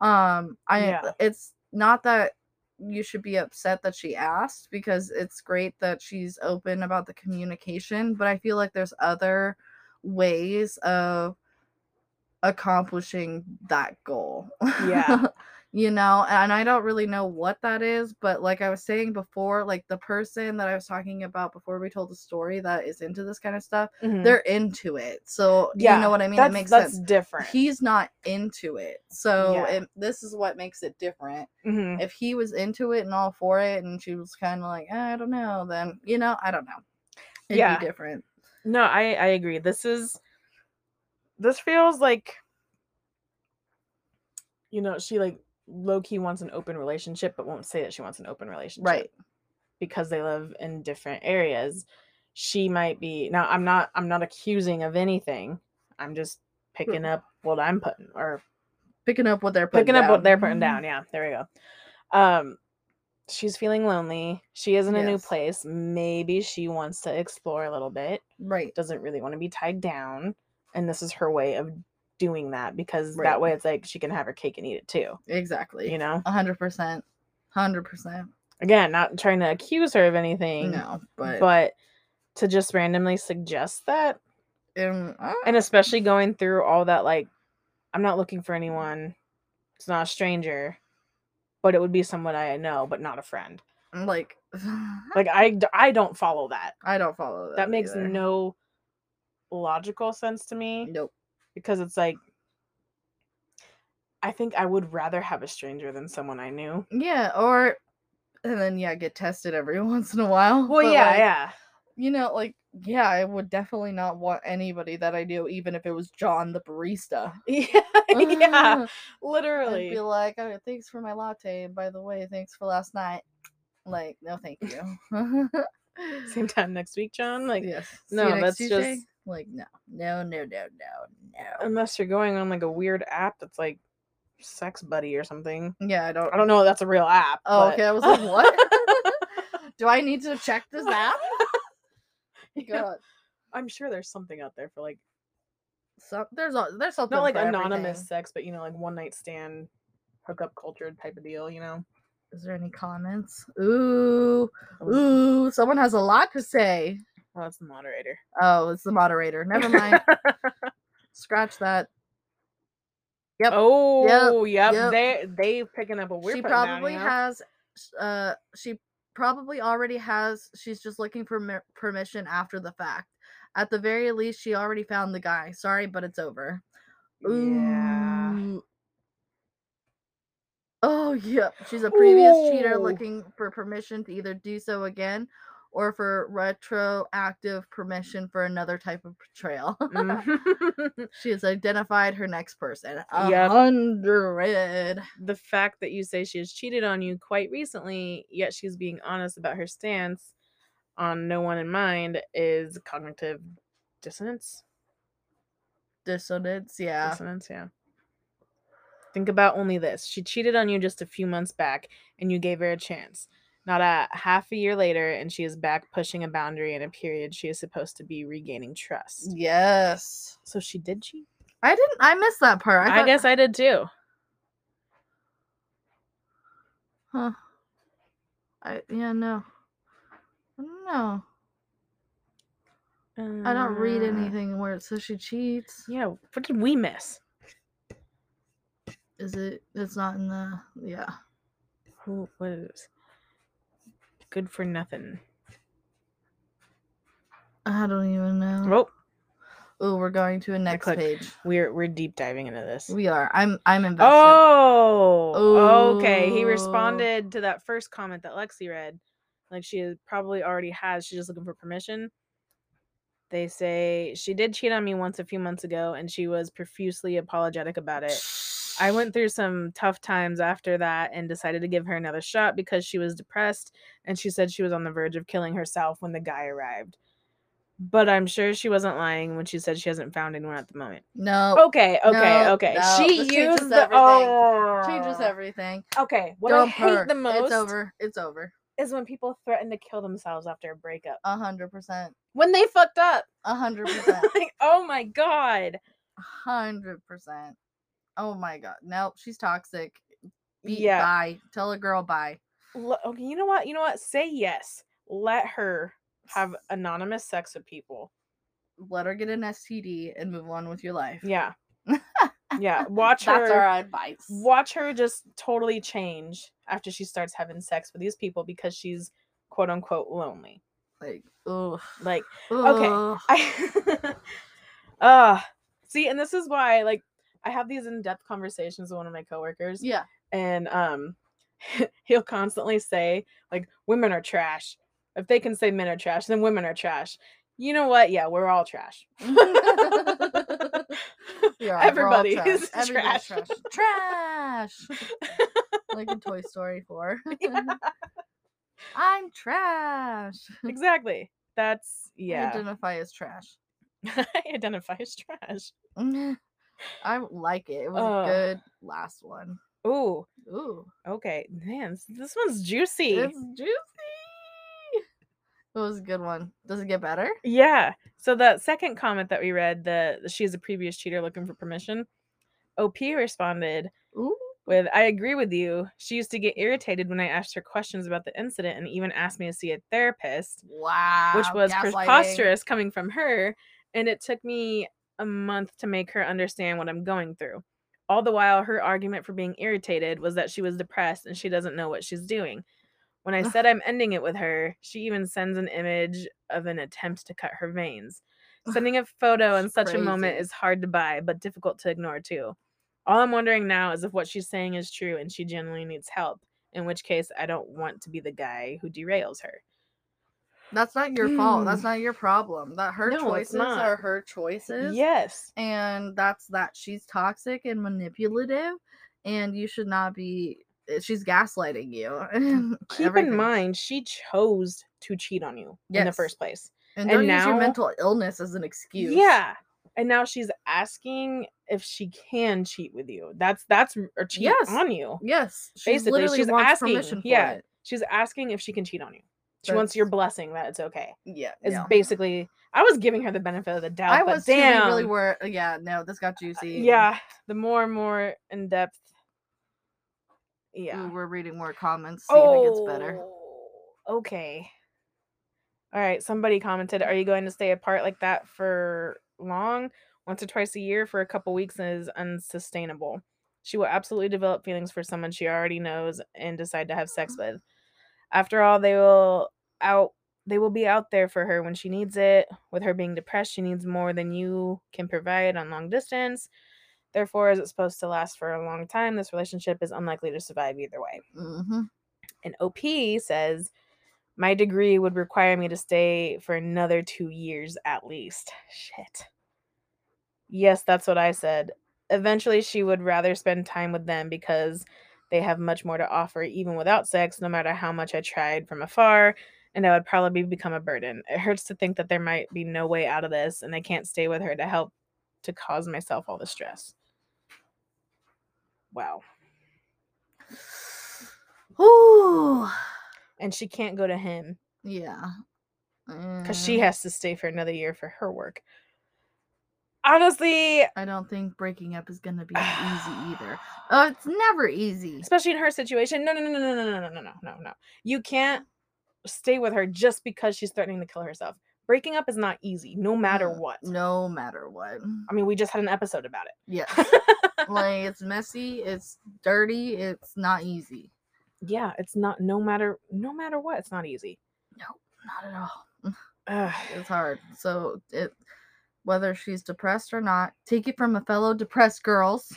Speaker 2: Um I
Speaker 1: Yeah.
Speaker 2: it's not that you should be upset that she asked because it's great that she's open about the communication, but I feel like there's other ways of accomplishing that goal.
Speaker 1: Yeah.
Speaker 2: you know, and I don't really know what that is, but like I was saying before, like the person that I was talking about before we told the story that is into this kind of stuff
Speaker 1: Mhm.
Speaker 2: they're into it. So you know what I mean? It
Speaker 1: that's-
Speaker 2: makes
Speaker 1: that's
Speaker 2: sense.
Speaker 1: different.
Speaker 2: He's not into it. So
Speaker 1: Yeah.
Speaker 2: it, this is what makes it different.
Speaker 1: Mhm.
Speaker 2: If he was into it and all for it and she was kind of like, "Ah, I don't know, then, you know, I don't know. It'd
Speaker 1: Yeah.
Speaker 2: be different.
Speaker 1: No, I I agree. This is this feels like you know she like low key wants an open relationship, but won't say that she wants an open relationship.
Speaker 2: Right.
Speaker 1: because they live in different areas she might be now i'm not i'm not accusing of anything i'm just picking up what i'm putting or
Speaker 2: Picking up what they're Mm-hmm. putting
Speaker 1: picking up what they're putting
Speaker 2: down. Mm-hmm.
Speaker 1: down yeah there we go um she's feeling lonely she is in a new
Speaker 2: Yes.
Speaker 1: place maybe she wants to explore a little bit
Speaker 2: Right.
Speaker 1: doesn't really want to be tied down and this is her way of doing that because
Speaker 2: Right.
Speaker 1: that way it's like she can have her cake and eat it too
Speaker 2: Exactly.
Speaker 1: you know
Speaker 2: 100%. 100%.
Speaker 1: again not trying to accuse her of anything
Speaker 2: No, but.
Speaker 1: but, to just randomly suggest that
Speaker 2: um, uh,
Speaker 1: and especially going through all that like i'm not looking for anyone it's not a stranger but it would be someone i know but not a friend
Speaker 2: I'm like,
Speaker 1: like i d- i don't follow that
Speaker 2: I don't follow that.
Speaker 1: that makes
Speaker 2: either.
Speaker 1: no logical sense to me
Speaker 2: Nope.
Speaker 1: because it's like i think i would rather have a stranger than someone i knew
Speaker 2: Yeah, or and then yeah, get tested every once in a while.
Speaker 1: well
Speaker 2: but,
Speaker 1: yeah
Speaker 2: like,
Speaker 1: yeah
Speaker 2: You know, like yeah, I would definitely not want anybody that I knew, even if it was John the barista.
Speaker 1: yeah yeah
Speaker 2: I'd
Speaker 1: literally
Speaker 2: be like, oh, thanks for my latte, and by the way, thanks for last night. Like, no, thank you.
Speaker 1: same time next week john like
Speaker 2: yes. see you
Speaker 1: no,
Speaker 2: next
Speaker 1: that's just-
Speaker 2: Tuesday? like no, no, no, no, no, no.
Speaker 1: unless you're going on like a weird app that's like sex buddy or something
Speaker 2: Yeah, I don't.
Speaker 1: I don't know if that's a real app.
Speaker 2: Oh,
Speaker 1: but-
Speaker 2: okay. I was like, what? Do I need to check this app?
Speaker 1: Yeah,
Speaker 2: God.
Speaker 1: I'm sure there's something out there for like
Speaker 2: Some, there's a, there's something
Speaker 1: not like
Speaker 2: for
Speaker 1: anonymous
Speaker 2: everything.
Speaker 1: sex, but you know, like one night stand, hookup culture type of deal. You know,
Speaker 2: Is there any comments? Ooh,
Speaker 1: Oh.
Speaker 2: ooh, someone has a lot to say.
Speaker 1: oh, that's the moderator.
Speaker 2: Oh, it's the moderator. Never mind. Scratch that. Yep,
Speaker 1: Oh, yep.
Speaker 2: yep.
Speaker 1: They they picking up a weird.
Speaker 2: she probably has. s- Uh, she probably already has. She's just looking for mer- permission after the fact. At the very least, she already found the guy. Sorry, but it's over.
Speaker 1: Yeah.
Speaker 2: Ooh. Oh, yeah. She's a previous cheater
Speaker 1: Ooh.
Speaker 2: looking for permission to either do so again or for retroactive permission for another type of betrayal.
Speaker 1: Mm.
Speaker 2: she has identified her next person. A
Speaker 1: Yep.
Speaker 2: hundred.
Speaker 1: the fact that you say she has cheated on you quite recently, yet she's being honest about her stance on no one in mind is cognitive dissonance.
Speaker 2: Dissonance, yeah.
Speaker 1: dissonance, yeah. Think about only this. She cheated on you just a few months back and you gave her a chance. Not a half a year later, and she is back pushing a boundary in a period she is supposed to be regaining trust.
Speaker 2: Yes.
Speaker 1: So she did cheat?
Speaker 2: I didn't I missed that part.
Speaker 1: I,
Speaker 2: thought-
Speaker 1: guess I did too.
Speaker 2: Huh. I yeah, no. No. I don't read
Speaker 1: Uh, Mm.
Speaker 2: anything where it says she cheats.
Speaker 1: Yeah, what did we miss?
Speaker 2: Is it? It's not in the. Yeah.
Speaker 1: Who was good for nothing?
Speaker 2: I don't even know.
Speaker 1: Oh,
Speaker 2: Oh, we're going to a next
Speaker 1: clicked.
Speaker 2: page.
Speaker 1: we're we're deep diving into this.
Speaker 2: We are. I'm. I'm invested.
Speaker 1: Oh, okay. He
Speaker 2: Ooh.
Speaker 1: responded to that first comment that Lexi read. Like she probably already has. She's just looking for permission. They say she did cheat on me once a few months ago and she was profusely apologetic about it. I went through some tough times after that and decided to give her another shot because she was depressed and she said she was on the verge of killing herself when the guy arrived. But I'm sure she wasn't lying when she said she hasn't found anyone at the moment.
Speaker 2: No.
Speaker 1: Okay, okay,
Speaker 2: No,
Speaker 1: okay.
Speaker 2: no,
Speaker 1: she
Speaker 2: this
Speaker 1: used
Speaker 2: changes
Speaker 1: the
Speaker 2: everything.
Speaker 1: oh.
Speaker 2: Changes everything.
Speaker 1: Okay, what I
Speaker 2: Dump
Speaker 1: hate
Speaker 2: her.
Speaker 1: the most
Speaker 2: It's over. It's over.
Speaker 1: is when people threaten to kill themselves after a breakup
Speaker 2: A hundred percent.
Speaker 1: when they fucked up.
Speaker 2: A hundred percent.
Speaker 1: like, oh my god.
Speaker 2: A hundred percent. Oh my god. Nope. She's toxic. Be-
Speaker 1: yeah.
Speaker 2: Bye. Tell a girl bye.
Speaker 1: L- okay, you know what? You know what? Say yes. Let her have anonymous sex with people.
Speaker 2: Let her get an STD and move on with your life.
Speaker 1: Yeah. Yeah. Watch
Speaker 2: That's
Speaker 1: her.
Speaker 2: our advice.
Speaker 1: Watch her just totally change after she starts having sex with these people because she's quote unquote lonely.
Speaker 2: Like, oh,
Speaker 1: Like I uh see, and this is why like I have these in-depth conversations with one of my coworkers,
Speaker 2: Yeah.
Speaker 1: and um he'll constantly say, like, women are trash. If they can say men are trash, then women are trash. You know what? Yeah, we're all trash.
Speaker 2: yeah
Speaker 1: Everybody
Speaker 2: we're all
Speaker 1: is
Speaker 2: Everybody's
Speaker 1: trash.
Speaker 2: trash. Trash. like in Toy Story 4. I'm trash.
Speaker 1: exactly. That's yeah.
Speaker 2: Identify as trash.
Speaker 1: I identify as trash.
Speaker 2: I like it. It was
Speaker 1: Ugh.
Speaker 2: a good last one.
Speaker 1: Ooh,
Speaker 2: Ooh,
Speaker 1: okay, man, s- this one's juicy.
Speaker 2: it's juicy. It was a good one. Does it get better?
Speaker 1: Yeah. So the second comment that we read, the she's a previous cheater looking for permission. OP responded
Speaker 2: Ooh.
Speaker 1: with, I agree with you. She used to get irritated when I asked her questions about the incident and even asked me to see a therapist,
Speaker 2: Wow.
Speaker 1: which was
Speaker 2: gaslighting.
Speaker 1: preposterous coming from her. And it took me a month to make her understand what I'm going through. All the while, her argument for being irritated was that she was depressed and she doesn't know what she's doing. When I
Speaker 2: Ugh.
Speaker 1: said I'm ending it with her, she even sends an image of an attempt to cut her veins. Sending a photo in
Speaker 2: It's
Speaker 1: such a moment
Speaker 2: crazy.
Speaker 1: is hard to buy, but difficult to ignore too. All I'm wondering now is if what she's saying is true and she genuinely needs help, in which case I don't want to be the guy who derails her.
Speaker 2: That's not your fault.
Speaker 1: Mm.
Speaker 2: That's not your problem. That her
Speaker 1: No, it's
Speaker 2: choices
Speaker 1: not.
Speaker 2: are her choices.
Speaker 1: Yes.
Speaker 2: And that's that. She's toxic and manipulative, and you should not be. eh, She's gaslighting you. and
Speaker 1: Keep in
Speaker 2: everything.
Speaker 1: mind, she chose to cheat on you in the
Speaker 2: Yes.
Speaker 1: first place.
Speaker 2: And
Speaker 1: and
Speaker 2: don't use
Speaker 1: now-
Speaker 2: your mental illness as an excuse.
Speaker 1: Yeah. And now she's asking if she can cheat with you. That's that's r- or cheat
Speaker 2: Yes.
Speaker 1: on you.
Speaker 2: Yes. She's
Speaker 1: Basically,
Speaker 2: literally
Speaker 1: she's
Speaker 2: wants
Speaker 1: asking,
Speaker 2: permission for
Speaker 1: yeah.
Speaker 2: it.
Speaker 1: She's asking if she can cheat on you. She wants your
Speaker 2: That's-
Speaker 1: blessing that it's okay.
Speaker 2: Yeah.
Speaker 1: It's
Speaker 2: yeah.
Speaker 1: basically I was giving her the benefit of the doubt.
Speaker 2: I
Speaker 1: but
Speaker 2: was too, we
Speaker 1: damn, Uh,
Speaker 2: really were. uh, Yeah, no, this got juicy. and-
Speaker 1: Yeah. The more and more in depth. Yeah.
Speaker 2: Ooh, we're reading more comments. See if it gets better.
Speaker 1: Oh, Okay. All right. Somebody commented, "Are you going to stay apart like that for long? Once or twice a year for a couple weeks is unsustainable. She will absolutely develop feelings for someone she already knows and decide to have sex
Speaker 2: Mm-hmm.
Speaker 1: with. After all, they will out." They will be out there for her when she needs it. With her being depressed, she needs more than you can provide on long distance. Therefore, is it supposed to last for a long time? This relationship is unlikely to survive either way.
Speaker 2: hmm
Speaker 1: And OP says, My degree would require me to stay for another two years at least. Shit. Yes, that's what I said. Eventually, she would rather spend time with them because they have much more to offer, even without sex, no matter how much I tried from afar. And I would probably become a burden. It hurts to think that there might be no way out of this, and I can't stay with her to help to cause myself all the stress. Wow.
Speaker 2: Ooh.
Speaker 1: And she can't go to him
Speaker 2: Yeah.
Speaker 1: because she
Speaker 2: Mm,
Speaker 1: has to stay for another year for her work. Honestly,
Speaker 2: I don't think breaking up is gonna be easy either. Oh, it's never easy.
Speaker 1: especially in her situation, no, no, no, no, no, no, no, no, no, no, no. You can't stay with her just because she's threatening to kill herself. Breaking up is not easy, no matter
Speaker 2: Mm,
Speaker 1: what.
Speaker 2: No matter what.
Speaker 1: I mean, we just had an episode about
Speaker 2: Yes.
Speaker 1: it.
Speaker 2: like it's messy, it's dirty, it's not easy.
Speaker 1: yeah, it's not no matter no matter what, it's not easy.
Speaker 2: Not at all.
Speaker 1: Ugh.
Speaker 2: It's hard. So it whether she's depressed or not, take it from a fellow depressed girls.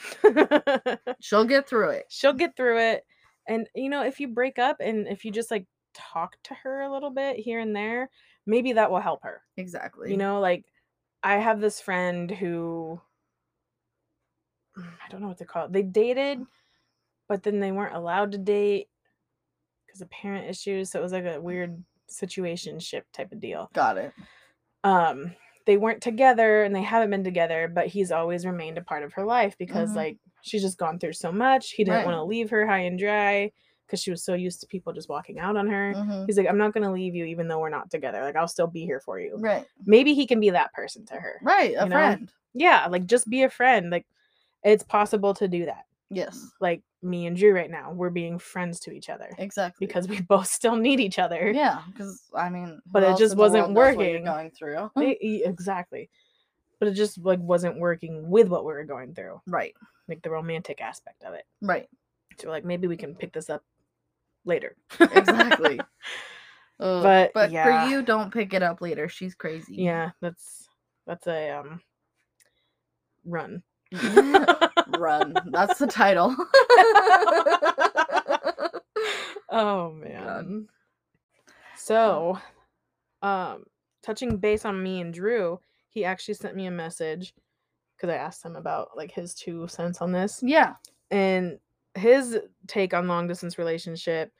Speaker 2: She'll get through it.
Speaker 1: She'll get through it. And you know, if you break up and if you just like talk to her a little bit here and there, maybe that will help her.
Speaker 2: Exactly.
Speaker 1: You know, like I have this friend who I don't know what to call it. They dated, but then they weren't allowed to date because of parent issues. So it was like a weird situation ship type of deal.
Speaker 2: Got it.
Speaker 1: Um, they weren't together and they haven't been together, but he's always remained a part of her life because
Speaker 2: Mhm.
Speaker 1: like she's just gone through so much. He didn't
Speaker 2: Right.
Speaker 1: want to leave her high and dry because she was so used to people just walking out on her.
Speaker 2: Mhm.
Speaker 1: He's like, I'm not gonna leave you even though we're not together. Like I'll still be here for you
Speaker 2: Right.
Speaker 1: maybe he can be that person to her.
Speaker 2: Right. A
Speaker 1: You know?
Speaker 2: friend.
Speaker 1: Yeah, like just be a friend. Like it's possible to do that.
Speaker 2: Yes.
Speaker 1: Like me and Drew right now, we're being friends to each other
Speaker 2: Exactly.
Speaker 1: because we both still need each other.
Speaker 2: Yeah, because I mean, who
Speaker 1: But it
Speaker 2: else
Speaker 1: just
Speaker 2: in the world
Speaker 1: wasn't
Speaker 2: knows what you're
Speaker 1: working.
Speaker 2: going through,
Speaker 1: E- e- exactly. But it just like wasn't working with what we were going through,
Speaker 2: right?
Speaker 1: like the romantic aspect of it.
Speaker 2: Right.
Speaker 1: So we're like maybe we can pick this up later.
Speaker 2: Exactly. Ugh,
Speaker 1: But,
Speaker 2: but
Speaker 1: yeah.
Speaker 2: for you, don't pick it up later. She's crazy.
Speaker 1: yeah, that's that's a um run.
Speaker 2: Run. That's the title.
Speaker 1: oh man. So, um, touching base on me and Drew, he actually sent me a message because I asked him about like his two cents on this
Speaker 2: yeah.
Speaker 1: and his take on long distance relationship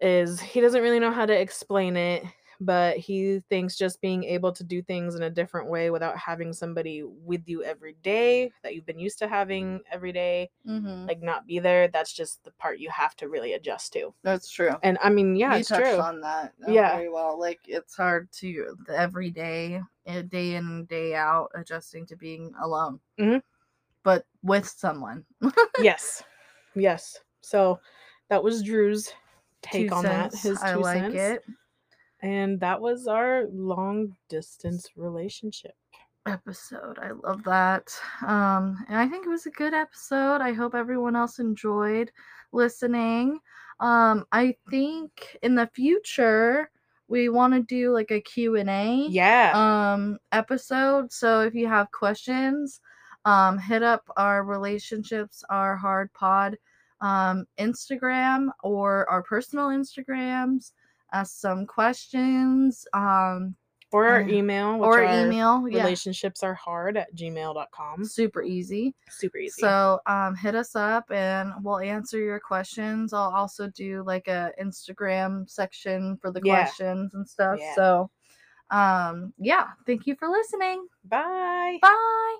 Speaker 1: is he doesn't really know how to explain it but he thinks just being able to do things in a different way without having somebody with you every day that you've been used to having every day
Speaker 2: Mm-hmm.
Speaker 1: like not be there that's just the part you have to really adjust to
Speaker 2: That's true.
Speaker 1: and i mean yeah
Speaker 2: you
Speaker 1: it's
Speaker 2: touched
Speaker 1: true
Speaker 2: on that uh,
Speaker 1: Yeah.
Speaker 2: very well. Like it's hard to the every day, uh, day in and day out, adjusting to being alone,
Speaker 1: Mhm.
Speaker 2: but with someone.
Speaker 1: yes yes so that was drew's take
Speaker 2: Two
Speaker 1: on
Speaker 2: cents,
Speaker 1: that his two
Speaker 2: I like
Speaker 1: cents
Speaker 2: it.
Speaker 1: and that was our long distance relationship
Speaker 2: episode. I love that. Um, and I think it was a good episode. I hope everyone else enjoyed listening. Um, I think in the future we want to do like a Q&A
Speaker 1: yeah
Speaker 2: um episode. So if you have questions, um hit up our relationships our hard pod um Instagram or our personal Instagrams, ask some questions, um
Speaker 1: or our
Speaker 2: Yeah.
Speaker 1: email which
Speaker 2: or
Speaker 1: are
Speaker 2: email. Yeah.
Speaker 1: relationships are hard at gmail.com
Speaker 2: super easy.
Speaker 1: super hmm? easy
Speaker 2: So um, hit us up and we'll answer your questions. I'll also do like a Instagram section for the
Speaker 1: Yeah.
Speaker 2: questions and stuff.
Speaker 1: Yeah.
Speaker 2: So um, yeah, thank you for listening.
Speaker 1: bye
Speaker 2: Bye.